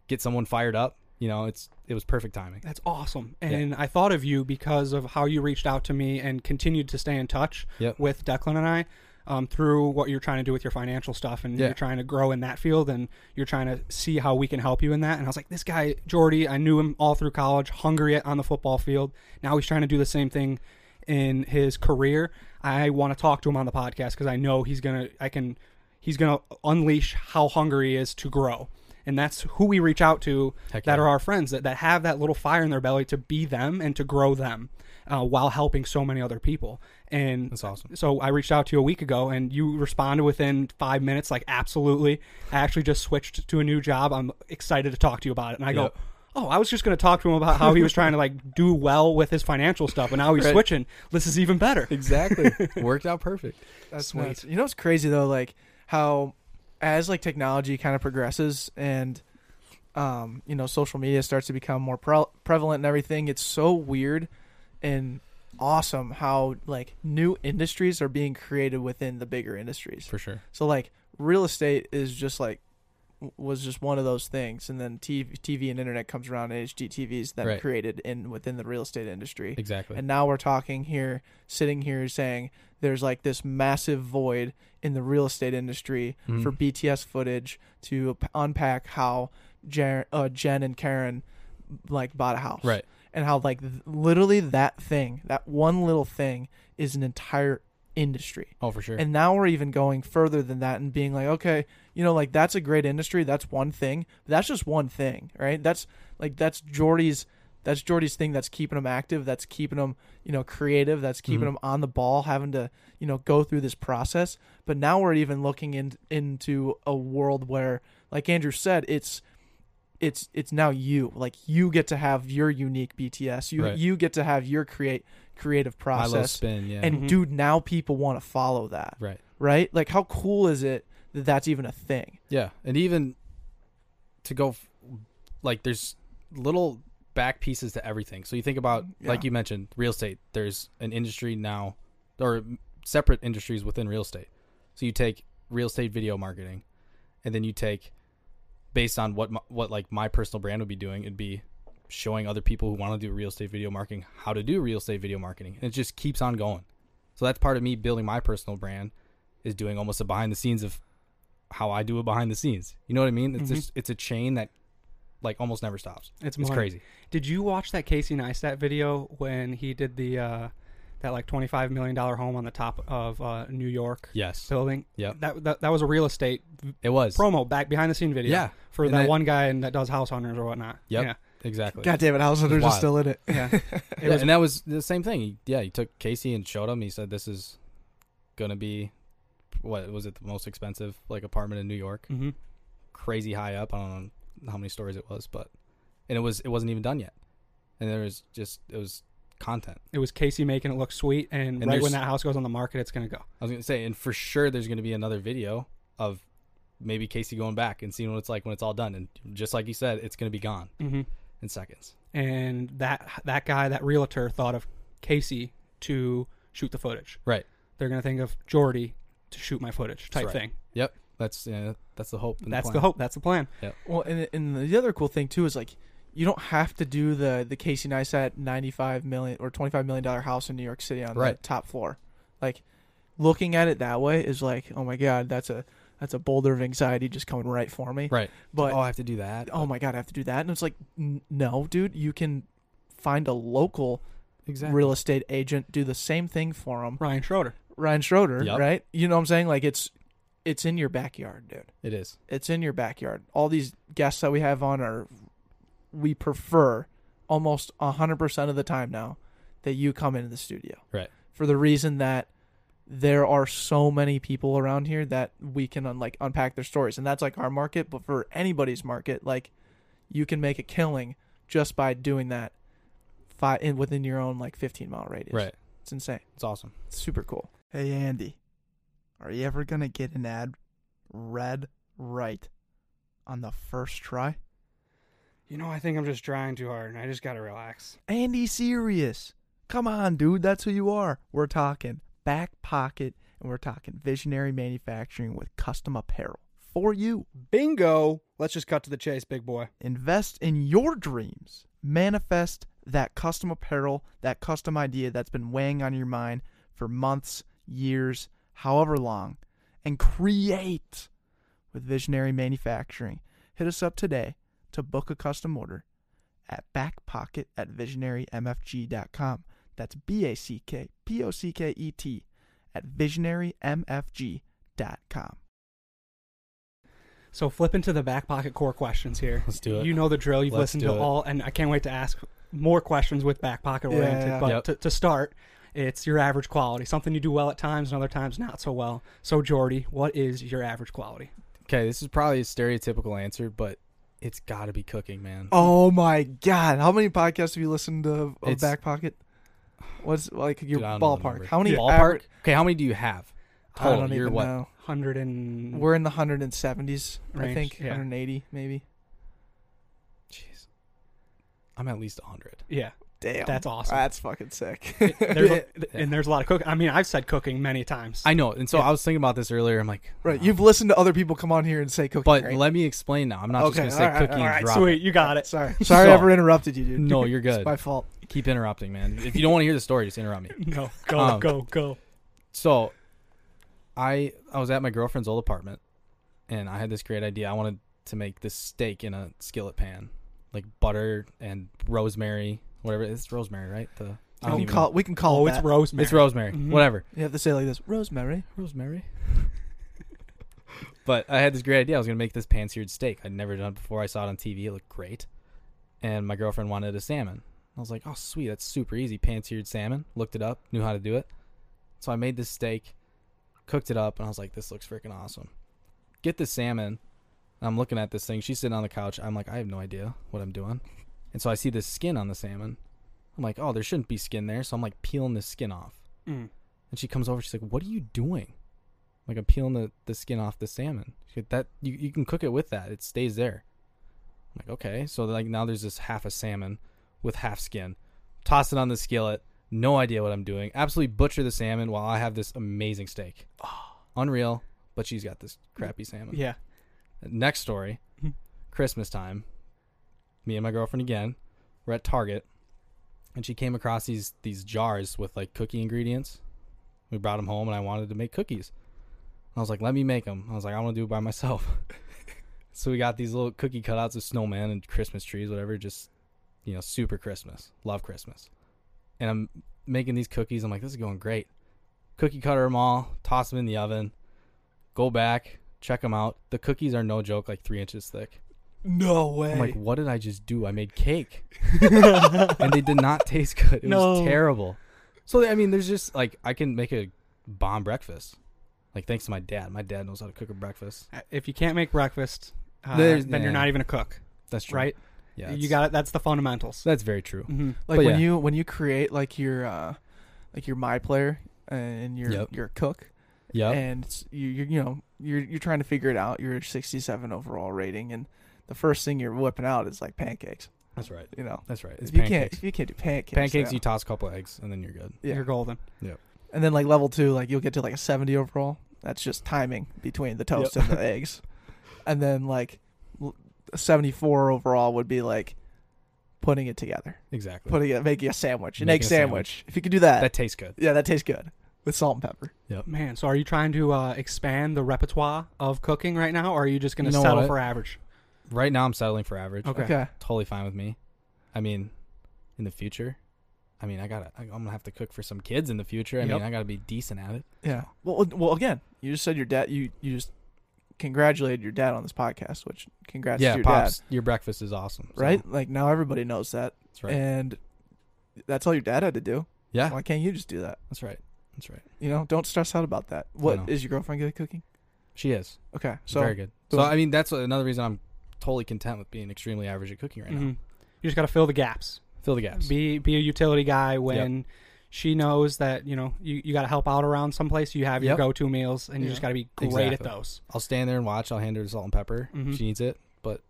get someone fired up. You know, it's it was perfect timing. That's awesome. And I thought of you because of how you reached out to me and continued to stay in touch Yep. with Declan and I um, through what you're trying to do with your financial stuff. And Yeah. you're trying to grow in that field and you're trying to see how we can help you in that. And I was like, this guy, Jordy, I knew him all through college, hungry on the football field. Now he's trying to do the same thing in his career. I want to talk to him on the podcast because I know he's going to, I can, he's going to unleash how hungry he is to grow. And that's who we reach out to Heck that yeah. are our friends that, that have that little fire in their belly to be them and to grow them uh, while helping so many other people. And That's awesome. so I reached out to you a week ago and you responded within five minutes, like, absolutely. I actually just switched to a new job. I'm excited to talk to you about it. And I Yep. go, Oh, I was just going to talk to him about how he was trying to like do well with his financial stuff, and now he's Right. switching. This is even better. Exactly. Worked out perfect. That's Sweet. nuts. You know what's crazy though, like how as like technology kind of progresses and um, you know, social media starts to become more pre- prevalent and everything, it's so weird and awesome how like new industries are being created within the bigger industries. For sure. So like real estate is just like w- was just one of those things and then TV, TV and internet comes around and HGTVs then Right. created in within the real estate industry. Exactly. And now we're talking here, sitting here saying there's like this massive void in the real estate industry Mhm. for BTS footage to p- unpack how Jen, uh, Jen and Karen like bought a house Right. and how like th- literally that thing that one little thing is an entire industry Oh, for sure. and now we're even going further than that and being like okay you know like that's a great industry that's one thing but that's just one thing right that's like that's jordy's that's jordy's thing that's keeping him active that's keeping him you know creative that's keeping Mhm. him on the ball having to you know go through this process but now we're even looking in, into a world where like andrew said it's it's it's now you like you get to have your unique bts you Right. you get to have your create creative My little process spin. Yeah. and Mhm. dude now people want to follow that right. right? Like, how cool is it that that's even a thing? Yeah, and even to go f- like there's little back pieces to everything. So you think about like Yeah. you mentioned real estate. There's an industry now or m- separate industries within real estate. So you take real estate video marketing and then you take based on what my, what like my personal brand would be doing, it'd be showing other people who want to do real estate video marketing how to do real estate video marketing. And it just keeps on going. So that's part of me building my personal brand is doing almost a behind the scenes of how I do it behind the scenes. You know what I mean? It's Mhm. just it's a chain that like almost never stops. It's, It's money. crazy. Did you watch that Casey Neistat video when he did the uh, that like twenty five million dollar home on the top of uh, New York Yes. building? Yeah. That, that that was a real estate It was. promo back behind the scene video. Yeah. for And that that- one guy and that does house hunters or whatnot. Yep. Yeah, Exactly. God damn it, house hunters are wild. still in it. yeah. Yeah, and that was the same thing. He, yeah, he took Casey and showed him. He said this is gonna be what was it the most expensive like apartment in New York. mm-hmm. Crazy high up. I don't know how many stories it was, but and it was it wasn't even done yet. And there was just it was content. It was Casey making it look sweet, and, And right when there's- that house goes on the market, it's gonna go. I was gonna say, and for sure, there's gonna be another video of maybe Casey going back and seeing what it's like when it's all done. And just like you said, it's gonna be gone Mm-hmm. in seconds. And that that guy, that realtor, thought of Casey to shoot the footage. Right. They're gonna think of Jordy to shoot my footage type right. thing. Yep. That's yeah, that's the hope. And That's the plan. hope. That's the plan. Well, and, and the other cool thing too is like, you don't have to do the the Casey Neistat ninety five million or twenty five million dollar house in New York City on Right. the top floor. Like, looking at it that way is like, oh my god, that's a that's a boulder of anxiety just coming right for me. Right. But oh, I have to do that. oh my god, I have to do that, and it's like, n- no, dude, you can find a local exactly. real estate agent do the same thing for them Ryan Schroeder. Ryan Schroeder, Yep. right? You know what I'm saying? Like it's it's in your backyard, dude. It is. It's in your backyard. All these guests that we have on are we prefer almost 100% of the time now that you come into the studio. Right. For the reason that there are so many people around here that we can un- like unpack their stories and that's like our market, but for anybody's market, like you can make a killing just by doing that fi- in, within your own like 15 mile radius. Right. It's insane. It's awesome. It's super cool. Hey Andy, are you ever gonna get an ad read right on the first try? You know, I think I'm just trying too hard, and I just gotta relax. Andy, serious? Come on, dude, that's who you are. We're talking back pocket, and we're talking visionary manufacturing with custom apparel for you. Bingo. Let's just cut to the chase, big boy. Invest in your dreams. Manifest that custom apparel, that custom idea that's been weighing on your mind for months, years, however long, and create with Visionary Manufacturing. Hit us up today to book a custom order at backpocket at visionarymfg.com. That's B A C K P O C K E T at visionarymfg.com. So flip into the back pocket core questions here. Let's do it. You know the drill. You've Let's listened do to it. all, and I can't wait to ask more questions with back pocket Yeah, oriented. yeah. But Yep. to, to start, it's your average quality, something you do well at times and other times not so well. So Jordy, what is your average quality? Okay, this is probably a stereotypical answer, but it's got to be cooking, man. Oh my god! How many podcasts have you listened to of It's- Back Pocket? What's like your Dude, I don't know the ballpark? number. How many ballpark? aver- okay, how many do you have? I don't Total, you're even what? know. Hundred Mm. and We're in the hundred and seventies, I Range, think. yeah. Hundred and eighty, maybe. Jeez, I'm at least hundred. yeah, Damn, that's awesome. That's fucking sick. There's a- Yeah. and there's a lot of cooking. I mean, I've said cooking many times. I know, and so I was thinking about this earlier. I'm like, right, wow. you've listened to other people come on here and say cooking. But right? let me explain now. I'm not Okay, just gonna say alright, cooking. all and right, drop sweet, you got it. sorry, sorry, I So- ever interrupted you, dude. No, you're It's good. my fault. it. Keep interrupting, man. If you don't want to hear the story, just interrupt me. No, go, Um, go, go. so I I was at my girlfriend's old apartment and I had this great idea. I wanted to make this steak in a skillet pan. like butter and rosemary, whatever. It's rosemary, right? The I We don't can even call it, we can call oh, it it's that. rosemary. it's rosemary, Mhm. whatever. you have to say it like this, Rosemary. Rosemary. but I had this great idea. I was gonna make this pan-seared steak. I'd never done it before. I saw it on TV. It looked great, and my girlfriend wanted a salmon. I was like, "Oh, sweet, that's super easy. Pan-seared salmon." Looked it up, knew how to do it. So I made this steak, cooked it up, and I was like, "This looks freaking awesome." Get the salmon. and I'm looking at this thing. She's sitting on the couch. I'm like, I have no idea what I'm doing. And so I see this skin on the salmon. I'm like, oh, there shouldn't be skin there. So I'm like peeling this skin off. Mm. And she comes over. She's like, "What are you doing?" I'm like I'm peeling the, the skin off the salmon. She's like, that you you can cook it with that. It stays there. I'm like, okay. So like now there's this half a salmon with half skin. Toss it on the skillet. No idea what I'm doing. Absolutely butcher the salmon while I have this amazing steak. Unreal. But she's got this crappy salmon. Yeah. Next story. Mhm. Christmas time. Me and my girlfriend again. We're at Target, and she came across these these jars with like cookie ingredients. We brought them home, and I wanted to make cookies. I was like, "Let me make them." I was like, "I want to do it by myself." so we got these little cookie cutouts of snowmen and Christmas trees, whatever. Just you know, super Christmas. Love Christmas. And I'm making these cookies. I'm like, "This is going great." Cookie cutter them all, toss them in the oven. Go back, check them out. The cookies are no joke, like three inches thick. No way. I'm like, what did I just do? I made cake, and they did not taste good. It No. was terrible. So I mean, there's just like I can make a bomb breakfast, like thanks to my dad. My dad knows how to cook a breakfast. If you can't make breakfast, uh, There's- then you're yeah. not even a cook, That's true, right? Yeah, you that's- got it. That's the fundamentals. That's very true. hmm like when But yeah. you when you create like your uh like your my player and your Yep. your cook Yeah, and it's, you you you know you're you're trying to figure it out you're a 67 overall rating and the first thing you're whipping out is like pancakes that's right. you know That's right. It's if you can't pancakes. if you can't do pancakes pancakes, yeah. you toss a couple eggs, and then you're good. Yeah. You're golden. and then like level 2 like you'll get to like a 70 overall that's just timing between the toast and the eggs and then like l- 74 overall would be like putting it together Exactly. putting it making a sandwich an Making egg a sandwich. sandwich. if you could do that that tastes good. Yeah, that tastes good with salt and pepper. Man, so are you trying to uh, expand the repertoire of cooking right now, or are you just going to You know settle what? for average? Right now, I'm settling for average. Okay. totally fine with me. I mean, in the future, I mean, I gotta, I, I'm gonna have to cook for some kids in the future. I Yep. mean, I gotta be decent at it. Yeah. Well, well, again, you just said your dad. You you just congratulated your dad on this podcast, which congrats to yeah, your pops, your breakfast is awesome. dad, so right? Like now everybody knows that, That's right. and that's all your dad had to do. yeah, Why can't you just do that? that's right. That's right. You know, don't stress out about that. know. What is your girlfriend good at cooking? She is Okay, so very good. So boom. I mean, that's another reason I'm totally content with being extremely average at cooking right Mhm. now. You just got to fill the gaps. Fill the gaps. Be be a utility guy when she knows that you know you, you got to help out around someplace. You have your Yep. go-to meals, and you just Yeah. got to be great at Exactly. those. I'll stand there and watch. I'll hand her the salt and pepper. Mhm. if She needs it, but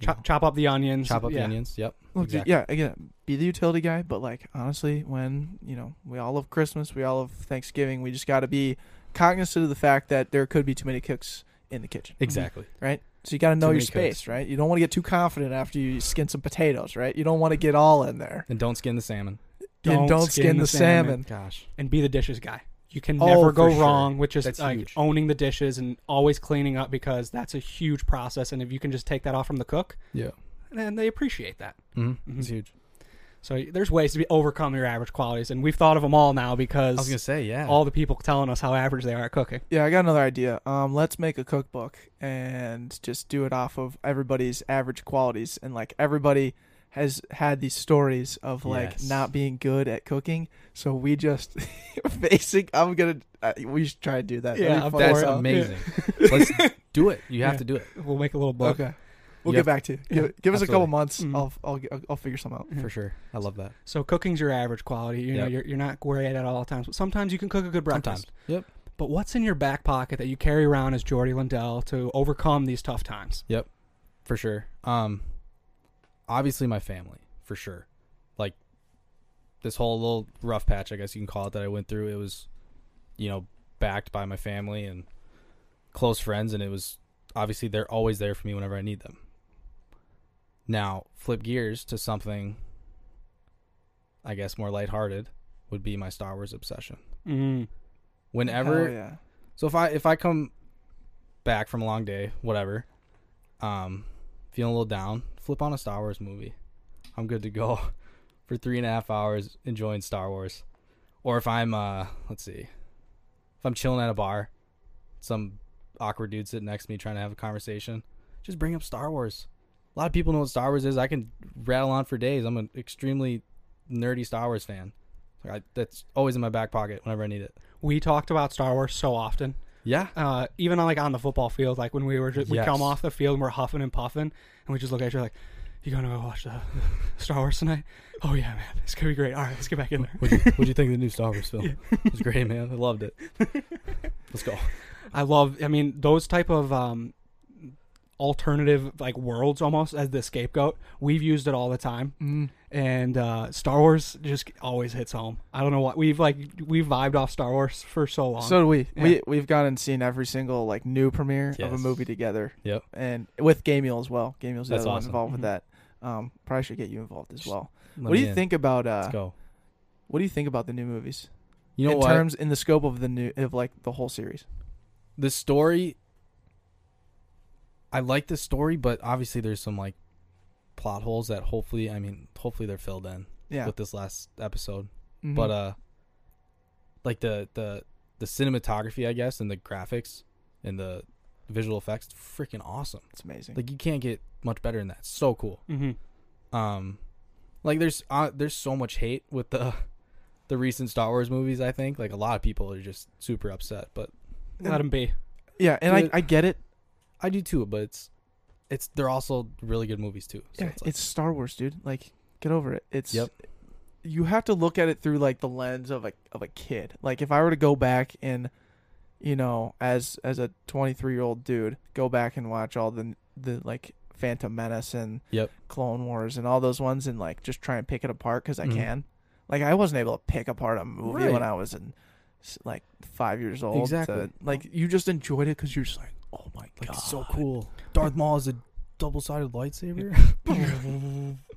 you Chop, know, chop up the onions. chop up yeah. the onions. Yep. Look, exactly. yeah, again, be the utility guy, but like honestly, when you know we all love Christmas, we all love Thanksgiving, we just got to be cognizant of the fact that there could be too many cooks in the kitchen. Exactly. So you got to know Too your many space, cooks. right? You don't want to get too confident after you skin some potatoes, right? You don't want to get all in there. And don't skin the salmon. Don't, and don't skin, the salmon. Gosh. and be the dishes guy. You can Oh, never for go sure. wrong with just That's like huge. owning the dishes and always cleaning up because that's a huge process. And if you can just take that off from the cook, Yeah. then they appreciate that. Mm-hmm. It's Mhm. huge. So there's ways to be, overcome your average qualities, and we've thought of them all now I was because gonna say yeah. all the people telling us how average they are at cooking. Yeah, I got another idea. Um, let's make a cookbook and just do it off of everybody's average qualities. And like everybody has had these stories of like Yes. not being good at cooking. So we just basic. I'm gonna. Uh, we should try to do that. That'd Yeah, be I'm fun. that's for it. amazing. Let's do it. You have Yeah. to do it We'll make a little book. Okay. We'll You get back to you. Give, give us a couple months. absolutely. Mhm. I'll, I'll I'll I'll figure something out. for sure. I love that. So cooking's your average quality. You know, Yep. you're, you're not great at all times, but sometimes you can cook a good breakfast. Sometimes. Yep. But what's in your back pocket that you carry around as Jordy Lindell to overcome these tough times? for sure. Um, obviously my family for sure. Like this whole little rough patch, I guess you can call it that I went through. It was, you know, backed by my family and close friends, and it was obviously they're always there for me whenever I need them. Now flip gears to something, I guess more lighthearted would be my Star Wars obsession. Mm. Whenever Hell yeah. so if I if I come back from a long day, whatever, um, feeling a little down, flip on a Star Wars movie. I'm good to go for three and a half hours enjoying Star Wars. Or if I'm, uh, let's see, if I'm chilling at a bar, some awkward dude sitting next to me trying to have a conversation, just bring up Star Wars. A lot of people know what Star Wars is. I can rattle on for days. I'm an extremely nerdy Star Wars fan. I, that's always in my back pocket whenever I need it. We talked about Star Wars so often. Yeah. uh, even on like on the football field, like when we were just, we Yes. come off the field and we're huffing and puffing, and we just look at each other like, "You gonna go watch the, the Star Wars tonight? Oh yeah, man, it's gonna be great. All right, let's get back in there." What'd you, what'd you think of the new Star Wars film? It was great, man. I loved it. Let's go. I love. I mean, those type of um, alternative like worlds almost as the scapegoat. We've used it all the time, Mm. and uh, Star Wars just always hits home. I don't know what we've like. We've vibed off Star Wars for so long. So do we. Yeah. We we've gone and seen every single like new premiere of a Yes. movie together. Yep. And with Gamiel as well. Gamiel's the That's other one awesome. Mm-hmm. involved Mhm. with that. Um, probably should get you involved as well. Let What do me you in. think about uh? Let's go. What do you think about the new movies? You know in what? terms in the scope of the new of like the whole series. the story. I like the story, but obviously there's some like plot holes that hopefully, I mean, hopefully they're filled in Yeah. with this last episode. Mhm. But uh, like the the the cinematography, I guess, and the graphics and the visual effects, freaking awesome. it's amazing. Like you can't get much better than that. So cool. hmm um like there's uh, there's so much hate with the the recent Star Wars movies I think like a lot of people are just super upset but Let them be. yeah, and I, Dude. I get it. I do too but it's it's they're also really good movies too so Yeah, it's it's, like Star Wars, dude. Like, get over it. It's Yep. You have to look at it through like the lens of a of a kid. Like, if I were to go back and, you know, as as a 23 year old dude, go back and watch all the the like Phantom Menace and Yep. Clone Wars and all those ones, and like just try and pick it apart because I Mhm. can. Like, I wasn't able to pick apart a movie Right. when I was in s- like five years old. Exactly. So, like, you just enjoyed it because you're just like, oh my like god, it's so cool Darth Maul is a double-sided lightsaber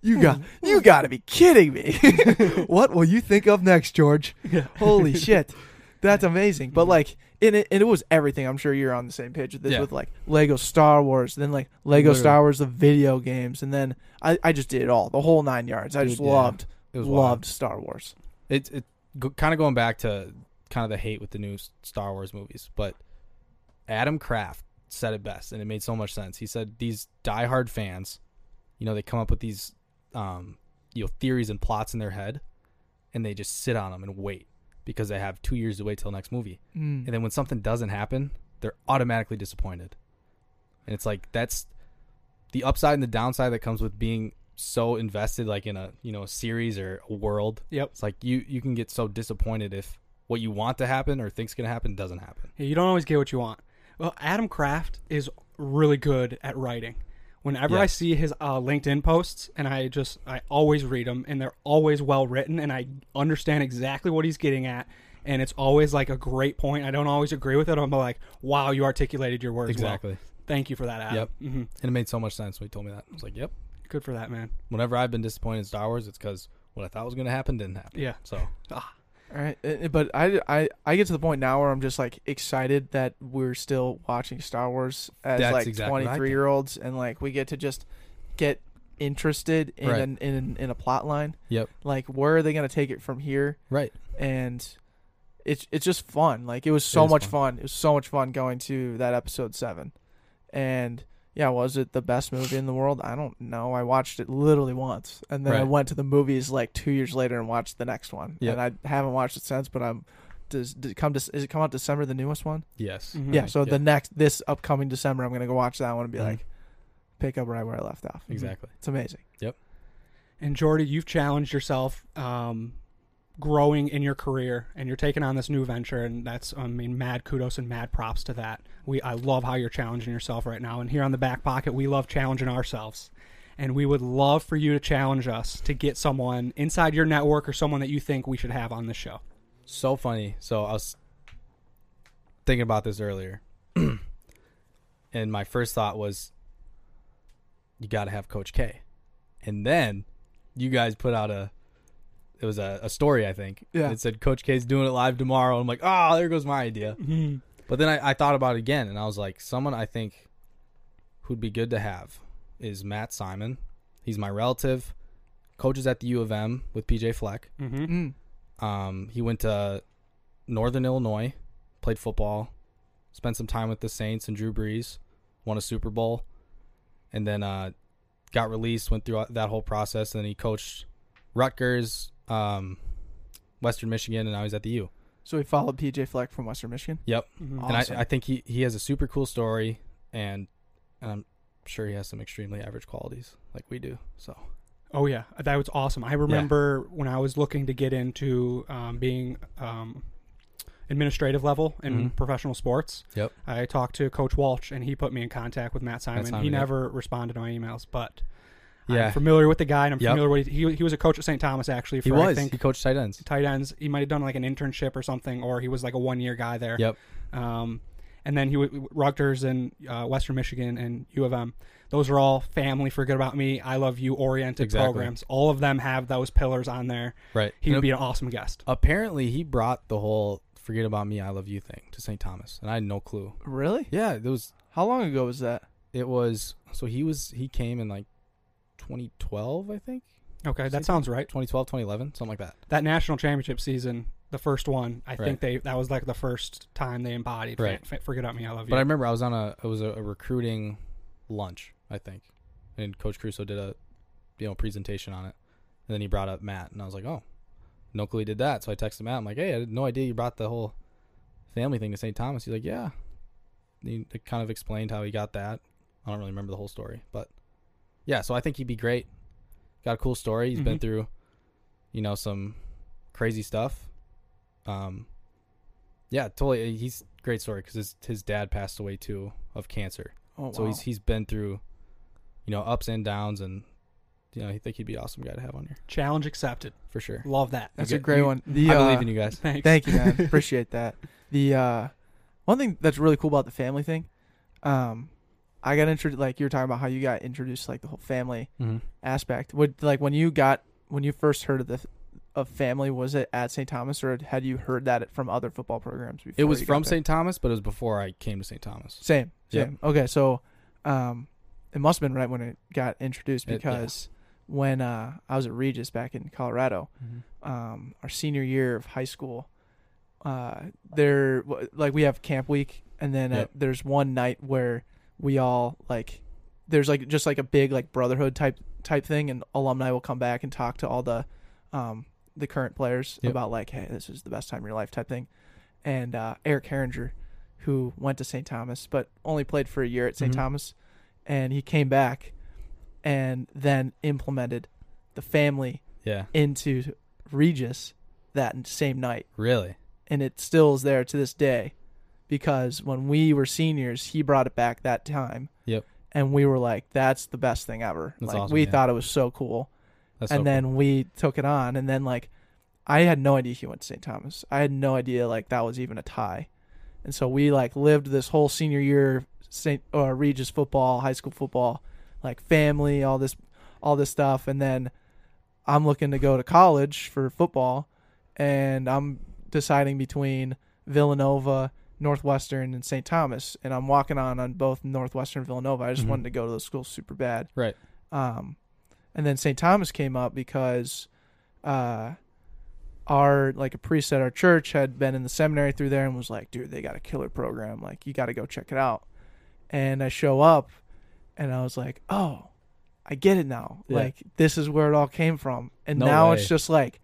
You got you got to be kidding me. what will you think of next, George? Holy shit. That's amazing. But like and it, and it was everything. I'm sure you're on the same page with this Yeah. with like Lego Star Wars, then like Lego Literally. Star Wars the video games and then I, I just did it all. The whole 9 yards. I just Dude, yeah. loved it was loved wild. Star Wars. it it go, kind of going back to kind of the hate with the new S- Star Wars movies, but Adam Kraft said it best, and it made so much sense. He said these diehard fans, you know, they come up with these, um, you know, theories and plots in their head, and they just sit on them and wait because they have two years to wait till next movie, and then when something doesn't happen, they're automatically disappointed, and it's like that's the upside and the downside that comes with being so invested like in a you know a series or a world Yep. it's like you you can get so disappointed if what you want to happen or think's gonna happen doesn't happen. Yeah, you don't always get what you want. Well, Adam Kraft is really good at writing. Whenever I Yes. see his uh, LinkedIn posts, and I just I always read them, and they're always well written, and I understand exactly what he's getting at, and it's always like a great point. I don't always agree with it, but like, wow, you articulated your words well. Thank you for that, Adam. Yep. hmm And it made so much sense when he told me that. I was like, Yep. Good for that, man. Whenever I've been disappointed in Star Wars, it's because what I thought was gonna happen didn't happen. Yeah. Ah. So All right. Uh, uh, But I, I I get to the point now where I'm just like excited that we're still watching Star Wars as That's like exactly what I 23 year olds and like we get to just get interested in Right. an, in in a plot line. Yep. Like where are they going to take it from here? Right. And it's it's just fun. Like it was so is much fun. fun. It was so much fun going to that episode 7. And yeah, was it the best movie in the world? I don't know. I watched it literally once, and then I Right. went to the movies like two years later and watched the next one. Yep. And I haven't watched it since, but I'm. Does, does it come? Dec- is it come out December? The newest one? Yes. Mhm. Yeah. So Mm-hmm. Yeah. the next this upcoming December, I'm gonna go watch that one and be Mhm. like, pick up right where I left off. Exactly. It's amazing. And Jordy, you've challenged yourself um, growing in your career, and you're taking on this new venture, and that's I mean, mad kudos and mad props to that. We I love how you're challenging yourself right now, and here on the back pocket, we love challenging ourselves, and we would love for you to challenge us to get someone inside your network or someone that you think we should have on the show. So funny. So I was thinking about this earlier. and my first thought was you gotta have Coach K. And then you guys put out a it was a, a story, I think. Yeah. It said Coach K's doing it live tomorrow. I'm like, oh, there goes my idea. But then I, I thought about it again and I was like, someone I think who'd be good to have is Matt Simon. He's my relative. Coaches at the U of M with PJ Fleck. Mm-hmm. Mm. Um, he went to Northern Illinois, played football, spent some time with the Saints and Drew Brees, won a Super Bowl, and then uh, got released. Went through that whole process, and then he coached Rutgers, um, Western Michigan, and now he's at the U. So he followed PJ Fleck from Western Michigan. Yep. Mhm. Awesome. And I, I think he, he has a super cool story, and, and I'm sure he has some extremely average qualities like we do. So Oh yeah, that was awesome. I remember when I was looking to get into um, being um, administrative level in Mhm. professional sports. Yep. I talked to Coach Walsh, and he put me in contact with Matt Simon. Simon, he yep. never responded to my emails, but Yeah. I'm familiar with the guy, and I'm Yep. familiar with he. He was a coach at St. Thomas actually. For, he was I think, he coached tight ends. tight ends. He might have done like an internship or something, or he was like a one year guy there. Yep. Um, and then he w- Rutgers and uh, Western Michigan and U of M. Those are all family, forget about me, I love you oriented Exactly. programs. All of them have those pillars on there. Right. He And would be an awesome guest. apparently he brought the whole "forget about me, I love you" thing to St. Thomas, and I had no clue. Really? Yeah, it was How long ago was that? it was so he was he came in like 2012, I think. Okay, that sounds right. 2012, 2011, something like that. That national championship season, the first one, I Right. think they that was like the first time they embodied. Right. fa- fa- forget about me, I love you. But I remember I was on a it was a, a recruiting lunch, I think, and Coach Crusoe did a you know presentation on it, and then he brought up Matt, and I was like, oh, no clue he did that. So I texted Matt, I'm like, hey, I had no idea you brought the whole family thing to St. Thomas. He's like, yeah. And He kind of explained how he got that. I don't really remember the whole story, but yeah. So I think he'd be great. Got a cool story. He's Mm-hmm. been Mhm. through, you know, some crazy stuff. Um, yeah, totally. Uh, He's a great story because his his dad passed away too of cancer, Oh, wow. so he's he's been through, you know, ups and downs, and you know, I think he'd be an awesome guy to have on here Challenge accepted. for sure. Love that. That's You a get- great you- one. The, I uh, believe in you guys. Thanks. Thank you, man. Appreciate that. The uh, one thing that's really cool about the family thing, um, I got introduced. Like you were talking about how you got introduced, like the whole family Mm-hmm. aspect. Would like when you got when you first heard of the of family, was it at St. Thomas or had you heard that from other football programs before? It was you got from there? St. Thomas, but it was before I came to St. Thomas. Same, Yeah. same. Okay, so um, it must have been right when it got introduced It- yeah. because when uh, I was at Regis back in Colorado, Mm-hmm. um, our senior year of high school, uh, there w- like we have camp week, and then uh, Yep. there's one night where we all like there's like just like a big like brotherhood type type thing, and alumni will come back and talk to all the um, the current players Yep. about like, hey, this is the best time of your life type thing, and uh, Eric Herringer, who went to St. Thomas but only played for a year at saint Mhm. Thomas, and he came back, and then implemented the family Yeah, into Regis that same night, really. and it still is there to this day, because when we were seniors, he brought it back that time. Yep. And we were like, "That's the best thing ever!" That's like awesome, we yeah. thought it was so cool, That's and so then we took it on, and then like, I had no idea he went to St. Thomas. I had no idea like that was even a tie, and so we like lived this whole senior year St. or Regis football, high school football, like family, all this, all this stuff, and then I'm looking to go to college for football, and I'm deciding between Villanova, Northwestern, and St. Thomas, and I'm walking on on both Northwestern and Villanova. I just Mhm. wanted to go to those schools super bad, Right. Um, and then St. Thomas came up because, uh, our like a priest at our church had been in the seminary through there and was like, dude, they got a killer program. Like you got to go check it out. And I show up, and I was like, oh, I get it now. Yeah. Like this is where it all came from. And No now way. it's just like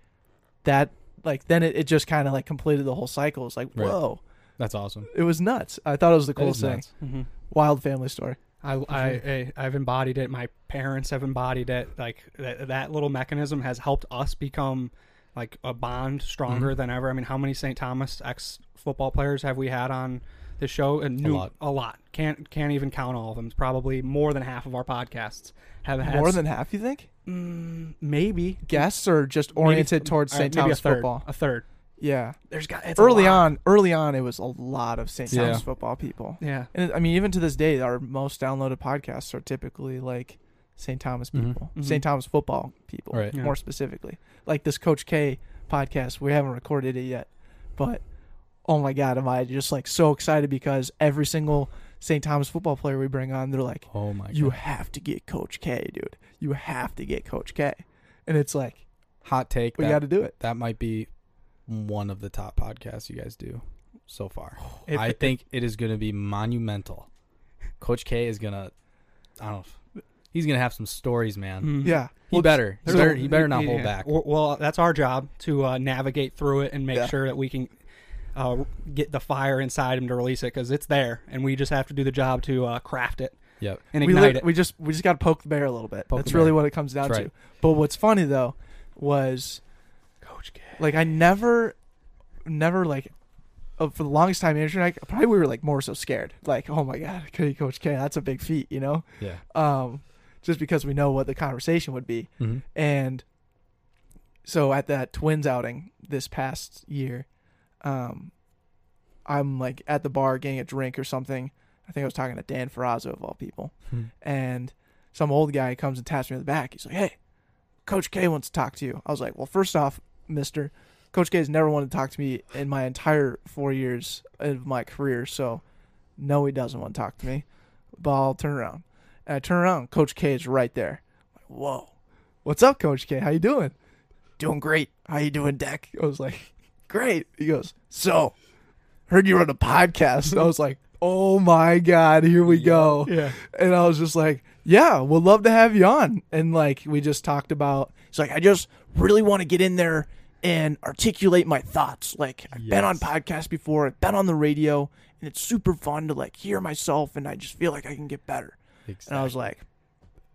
that. Like then it, it just kind of like completed the whole cycle. It's like Right. whoa, cool. That's awesome. it was nuts. I thought it was the That is coolest thing. nuts. hmm Wild family story. I, I, I I've embodied it. My parents have embodied it. Like that, that little mechanism has helped us become like a bond stronger Mm-hmm. than ever. I mean, how many St. Thomas ex football players have we had on the show? And new, lot. a lot. Can't can't even count all of them. Probably more than half of our podcasts have had More s- than half, you think? mm, maybe Guests or just Maybe- oriented towards all right, St. maybe Thomas a third, football? A third. Yeah. There's got it's a early lot. on, early on, it was a lot of St. Yeah. Thomas football people. Yeah. And I mean, even to this day, our most downloaded podcasts are typically like St. Thomas Mhm. people, Mhm. St. Thomas football people, Right. Yeah. more specifically. Like this Coach K podcast, we haven't recorded it yet, but oh my God, am I just like so excited because every single St. Thomas football player we bring on, they're like, Oh my you have to get Coach K, dude. You have to get Coach K. And it's like, Hot take. we that- got to do it. that might be one of the top podcasts you guys do so far. If- I think it is going to be monumental. Coach K is going to, I don't know, he's going to have some stories, man. Mhm. Yeah. Mm-hmm. He better. He So- better, he better not yeah. hold back. W- Well, that's our job to uh, navigate through it and make Yeah. sure that we can uh, get the fire inside him to release it because it's there, and we just have to do the job to uh, craft it Yep. and we, ignite lit- it. we just we just got to poke the bear a little bit. Poke That's the really bear. what it comes down That's to. right. But what's funny though was Coach K. like I never, never like, uh, for the longest time, Andrew and I probably we were like more so scared. Like, oh my god, could he coach K? That's a big feat, you know. Yeah. Um, just because we know what the conversation would be, Mm-hmm. and so at that Twins outing this past year, um, I'm like at the bar getting a drink or something. I think I was talking to Dan Ferrazzo of all people and some old guy comes and taps me on the back. He's like, "Hey, Coach K wants to talk to you." I was like, "Well, first off, Mister, Coach K has never wanted to talk to me in my entire four years of my career, so no, he doesn't want to talk to me." But I'll turn around, and I Uh, turn around. Coach K is right there. I'm like, Whoa, what's up, Coach K? How you doing? Doing great. How you doing, Deck? I was like, "Great." He goes, "So, heard you run a podcast." And I was like, "Oh my God, here we go." Yeah. and I was just like, "Yeah, we'll love to have you on." And like we just talked about, it's like I just really want to get in there and articulate my thoughts. Like I've been on podcasts before, I've been on the radio, and it's super fun to like hear myself, and I just feel like I can get better. Uh, And I was like,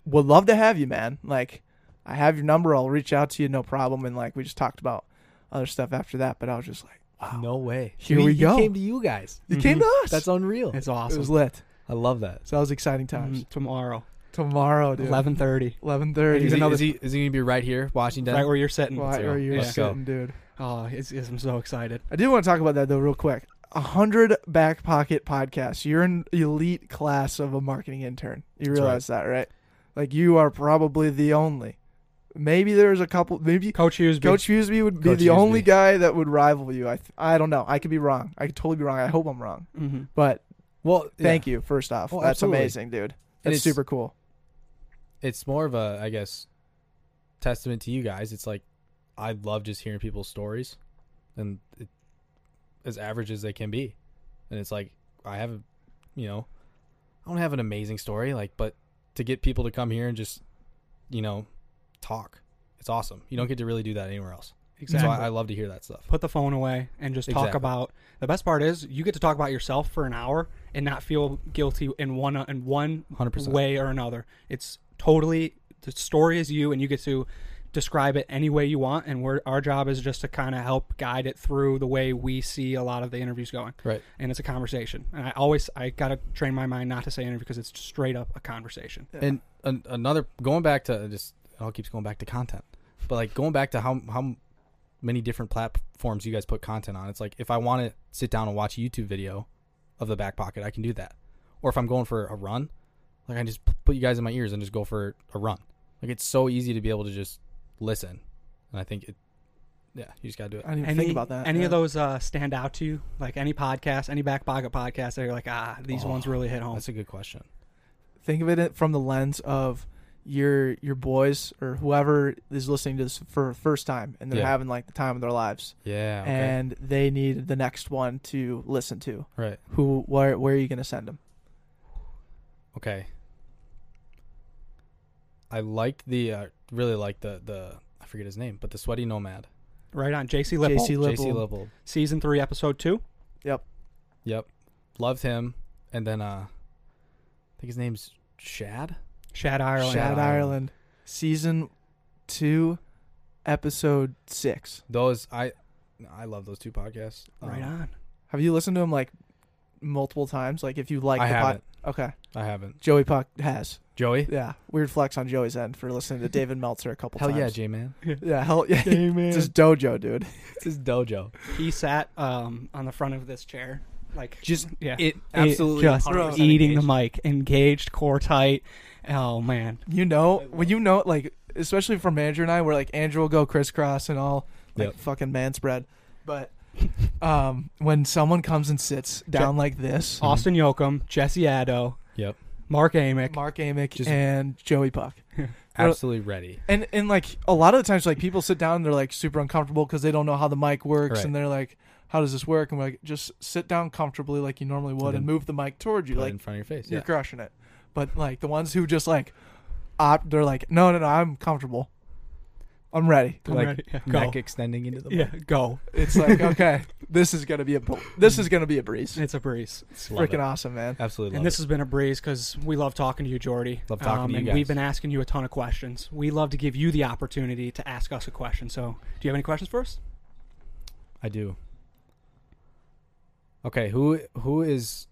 "Would love to have you, man. Like, I have your number. I'll reach out to you, no problem." And like we just talked about other stuff after that, but I was just like, "Wow, No way. Here we he go. came to you guys. you came to us. Mm-hmm. That's Mm-hmm. unreal. It's It awesome. was lit." I love that. So that was exciting times. Mm, tomorrow, Tomorrow, dude. eleven thirty, Eleven thirty. Is he, another- is he, is he going to be right here, Washington? right where you're sitting. Why zero. are you Let's go. sitting, dude? Oh, it's, it's- I'm so excited. I do want to talk about that though, real quick. A hundred back pocket podcasts. You're an elite class of a marketing intern. You That's right. realize that, right? Like you are probably the only. Maybe there's a couple. Maybe Coach Hughes, Coach Fuseby would be Coach the only Fuseby. guy that would rival you. I th- I don't know. I could be wrong. I could totally be wrong. I hope I'm wrong. Mm-hmm. But well, thank you first off. Oh, That's absolutely. amazing, dude. That's it's- super cool. it's more of a i guess testament to you guys it's like i love just hearing people's stories and it, as average as they can be and it's like i have a you know i don't have an amazing story like but to get people to come here and just you know talk it's awesome you don't get to really do that anywhere else Exactly. so I, I love to hear that stuff put the phone away and just talk Exactly. about the best part is you get to talk about yourself for an hour and not feel guilty in one in one 100%. way or another it's totally the story is you and you get to describe it any way you want and we're, our job is just to kind of help guide it through the way we see a lot of the interviews going right and it's a conversation and i always i gotta train my mind not to say interview because it's straight up a conversation And an, another going back to just it all keeps going back to content, but like going back to how how many different platforms you guys put content on. It's like if I want to sit down and watch a YouTube video of the back pocket, I can do that. Or if I'm going for a run, like I just p- put you guys in my ears and just go for a run. Like it's so easy to be able to just listen, and I think it. Yeah, you just gotta do it. I didn't even any, think about that. any yeah. of those uh, stand out to you like any podcast any back pocket podcast that you're like ah these Oh, ones really hit home That's a good question. think of it from the lens of your your boys or whoever is listening to this for the first time and they're Yeah. having like the time of their lives Yeah. Okay. and they need the next one to listen to right. who where where are you going to send them Okay. I liked the uh, really liked the the I forget his name, but the sweaty nomad, Right on. JC Lipple, JC JC Lipple Level. season three, episode two. Yep, loved him. And then uh, I think his name's Shad. Shad Ireland. Shad Shad Ireland season 2 episode 6 Those I I love those two podcasts. Right Um, on. have you listened to him like multiple times like if you like I the pod- haven't. okay I haven't. Joey Puck has Joey. yeah weird flex on Joey's end for listening to David Meltzer a couple Hell times yeah, J man. yeah hell yeah it's his dojo dude It's his dojo. He sat um, on the front of this chair. Like, Just yeah. it absolutely just 100% eating engaged. the mic. Engaged, core tight. Oh, man. You know, when you know, like, especially for Andrew and I, where like Andrew will go crisscross and all, like Yep. fucking man spread. But um, when someone comes and sits down like this, Austin Yoakum, Jesse Addo, Yep. Mark Amick. Mark Amick Just- and Joey Buck. Well- Absolutely ready. And and like a lot of the times, like people sit down, and they're like super uncomfortable because they don't know how the mic works, Right. and they're like, "How does this work?" And we're like, "Just sit down comfortably, like you normally would, and then move the mic towards you, Put it like in front of your face. you're Yeah. crushing it." But like the ones who just like opt, they're like, "No, no, no, I'm comfortable, I'm ready." I'm like ready. Yeah, neck go. extending into the Yeah, go. It's like, okay, this is gonna be a bl- this is gonna be a breeze. It's a breeze. It's Freaking awesome, man. Absolutely love And this has been a breeze because we love talking to you, Jordy. Um, Love talking to you and guys. we've been asking you a ton of questions. We love to give you the opportunity to ask us a question. So, do you have any questions for us? it. I do. Okay, who who is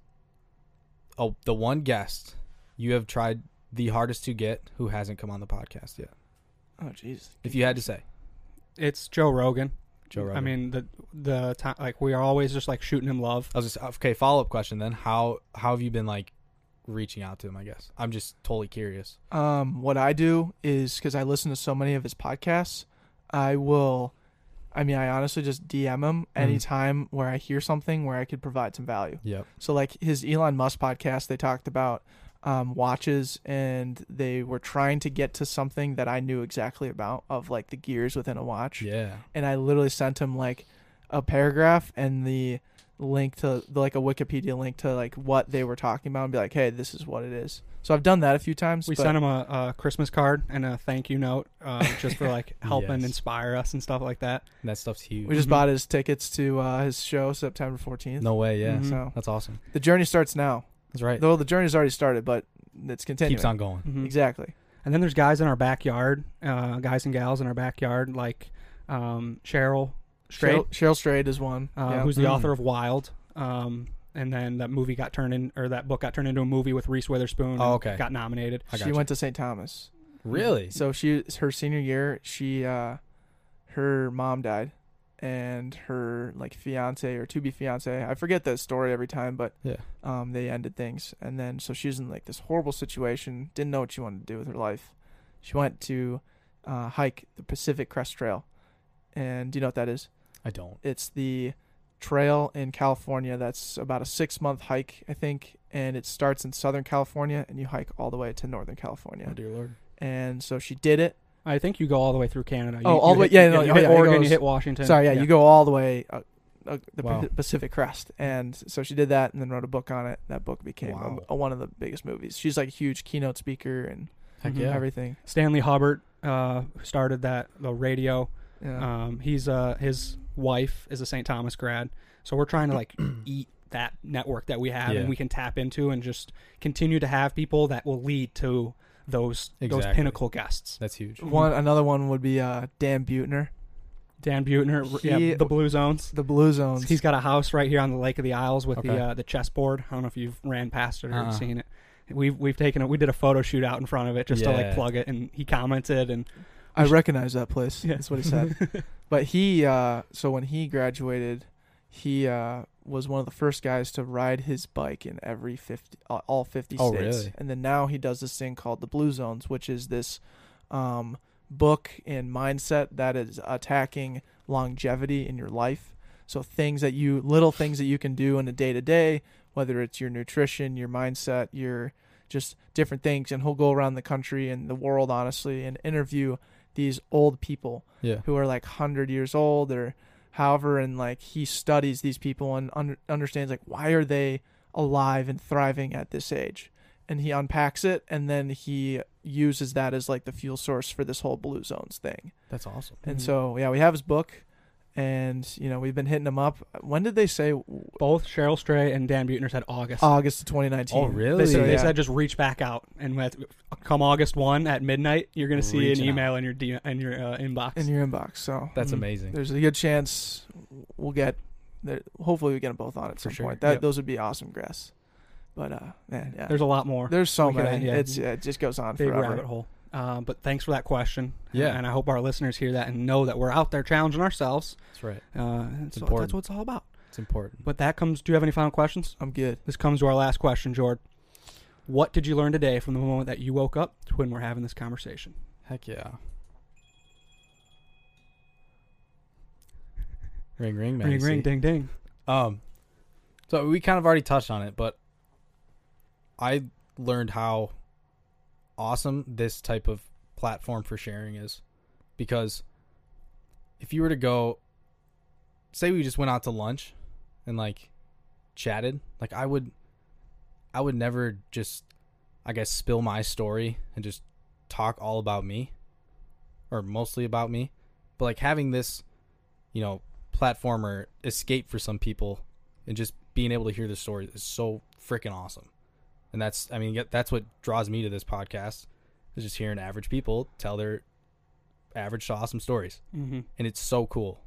oh the one guest you have tried the hardest to get who hasn't come on the podcast yet? Oh, jeez. If you had to say It's Joe Rogan. Joe Rogan. I mean, the the time like we are always just like shooting him love. I was just okay. Follow up question then. How how have you been like reaching out to him? I guess I'm just totally curious. um, what I do is because I listen to so many of his podcasts, I will, I mean, I honestly just DM him Mm-hmm. anytime where I hear something where I could provide some value. Yep. So like his Elon Musk podcast, they talked about um, watches and they were trying to get to something that I knew exactly about of like the gears within a watch Yeah. and I literally sent him like a paragraph and the link to like a Wikipedia link to like what they were talking about and be like, hey, this is what it is. So I've done that a few times. We but sent him a, a Christmas card and a thank you note uh, just for like helping Yes. inspire us and stuff like that. And that stuff's huge. we just Mhm. bought his tickets to uh, his show September 14th. no way. Yeah. Mhm. So That's awesome. the journey starts now. Mm-hmm. That's right. Though the journey's already started, but it's continuing. Keeps on Mm-hmm. Mm-hmm. going. Mhm. Exactly. And then there's guys in our backyard, uh, guys and gals in our backyard, like um, Cheryl Strait, Cheryl, Cheryl Strayed is one. uh, Yeah. who's the Mm. author of Wild. Um, and then that movie got turned in, or that book got turned into a movie with Reese Witherspoon. and Oh, okay. Got nominated. I she gotcha. went to St. Thomas. Really? So she her senior year, she uh her mom died and her like fiance or to be fiance, I forget the story every time, but Yeah. um they ended things and then so she was in like this horrible situation, didn't know what she wanted to do with her life. She went to uh hike the Pacific Crest Trail. And do you know what that is? I don't. It's the trail in California that's about a 6-month hike, I think, and it starts in Southern California and you hike all the way to Northern California. Oh dear lord. And so she did it I think you go all the way through Canada. You, Oh, all you the way- hit- yeah, no, you oh, hit yeah, it Oregon, you goes- hit Washington. Sorry, yeah, you go all the way uh, uh, the Wow. Pac- Pacific Crest, and so she did that, and then wrote a book on it. That book became a- Wow. a, one of the biggest movies. She's like a huge keynote speaker and Heck Mhm. yeah. everything. Stanley Hubbard uh, started that the radio. Yeah. Um, he's uh, his wife is a St. Thomas grad, so we're trying to like eat that network that we have Yeah. and we can tap into and just continue to have people that will lead to those those Exactly. pinnacle guests. That's huge. one another one would be uh, Dan Butner, Dan Butner, r- He- yeah, the Blue Zones. the Blue Zones. He's got a house right here on the Lake of the Isles with Okay. the uh, the chessboard. I don't know if you've ran past it or Uh-uh. seen it. We've we've taken it. We did a photo shoot out in front of it just to like Yeah. plug it, and he commented and I recognize that place. Yeah. That's what he said. but he, uh, so when he graduated, he uh, was one of the first guys to ride his bike in every fifty, uh, all fifty Oh, states. really? And then now he does this thing called the Blue Zones, which is this um, book and mindset that is attacking longevity in your life. So things that you, little things that you can do in a day to day, whether it's your nutrition, your mindset, your just different things. And he'll go around the country and the world, honestly, and interview these old people Yeah. who are like 100 years old or however and like he studies these people and under, understands like why are they alive and thriving at this age and he unpacks it and then he uses that as like the fuel source for this whole blue zones thing That's awesome. and Mhm. so yeah we have his book and you know we've been hitting him up when did they say both Cheryl Stray and Dan Butner said August. august of 2019 Oh really? They said, they yeah. said just reach back out, and that's- come August one at midnight, you're gonna see Reaching an email in your D- in your uh, inbox. in your inbox so That's Mm. amazing. there's a good chance we'll get there hopefully we get them both on at For some sure. point that Yep. those would be awesome grass but uh man yeah There's a lot more. There's so We could many. end- yeah. It's yeah, it just goes on Big forever. rabbit hole. Um, but thanks for that question. Yeah. And I hope our listeners hear that and know that we're out there challenging ourselves. That's right. Uh, and so important. that's what it's all about. It's important. But that comes. Do you have any final questions? I'm good. This comes to our last question, Jord. What did you learn today from the moment that you woke up to when we're having this conversation? Heck yeah. Ring Ring, ring magazine. ring, ding, ding. Um, so we kind of already touched on it, but I learned how awesome this type of platform for sharing is, because if you were to go, say we just went out to lunch, and like chatted, like I would, I would never just, I guess, spill my story and just talk all about me, or mostly about me, but like having this, you know, platform or escape for some people and just being able to hear the story is so freaking awesome and that's i mean yeah, that's what draws me to this podcast is just hearing average people tell their average to awesome stories hmm and it's so cool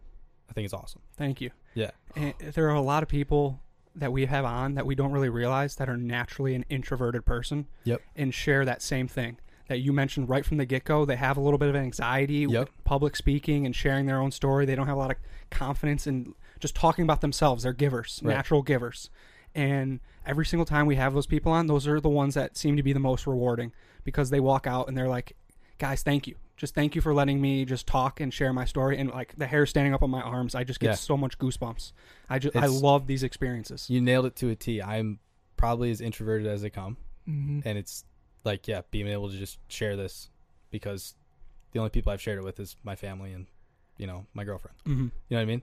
i think it's awesome Thank you. yeah And Eh, there are a lot of people that we have on that we don't really realize that are naturally an introverted person Yep. and share that same thing that you mentioned right from the get-go they have a little bit of anxiety with Yep. public speaking and sharing their own story they don't have a lot of confidence in just talking about themselves they're givers Right. natural givers and every single time we have those people on those are the ones that seem to be the most rewarding because they walk out and they're like guys thank you just thank you for letting me just talk and share my story and like the hair standing up on my arms i just get Yeah. so much goosebumps i just i It's- love these experiences you nailed it to a t i'm probably as introverted as they come Mm-hmm. and it's like yeah being able to just share this because the only people i've shared it with is my family and you know my girlfriend mm-hmm. you know what i mean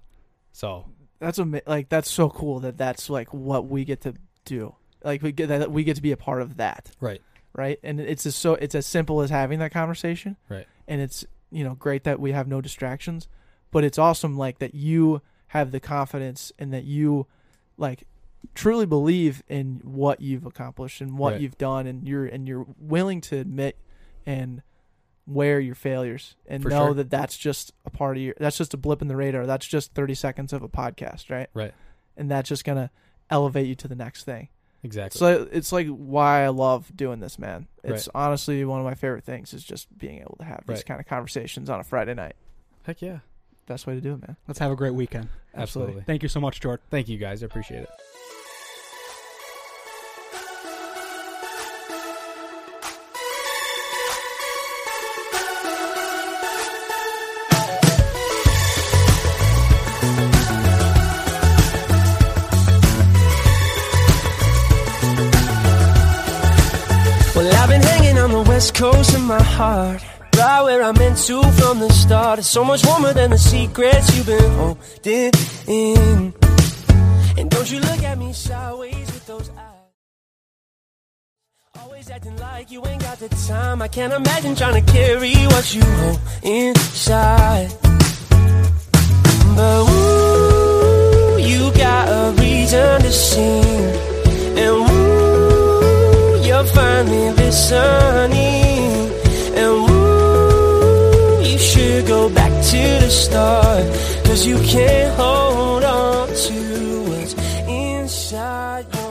so That's ama- like that's so cool that that's like what we get to do. Like we get that we get to be a part of that, right right? And it's as so it's as simple as having that conversation, Right. And it's you know great that we have no distractions, but it's awesome like that you have the confidence and that you like truly believe in what you've accomplished and what Right. you've done, and you're and you're willing to admit and wear your failures and For know sure. that that's just a part of your that's just a blip in the radar that's just 30 seconds of a podcast right Right. and that's just gonna elevate you to the next thing exactly so it's like why I love doing this, man. It's honestly one of my favorite things is just being able to have these Right. kind of conversations on a Friday night. heck yeah Best way to do it, man. let's have a great weekend absolutely thank you so much george Thank you guys. I appreciate it. Well, I've been hanging on the west coast of my heart. Right where I meant to from the start. It's so much warmer than the secrets you've been holding in. And don't you look at me sideways with those eyes. Always acting like you ain't got the time. I can't imagine trying to carry what you hold inside. But ooh, you got a reason to sing. And woo, you're finally listening. And woo, you should go back to the start. Cause you can't hold on to what's inside your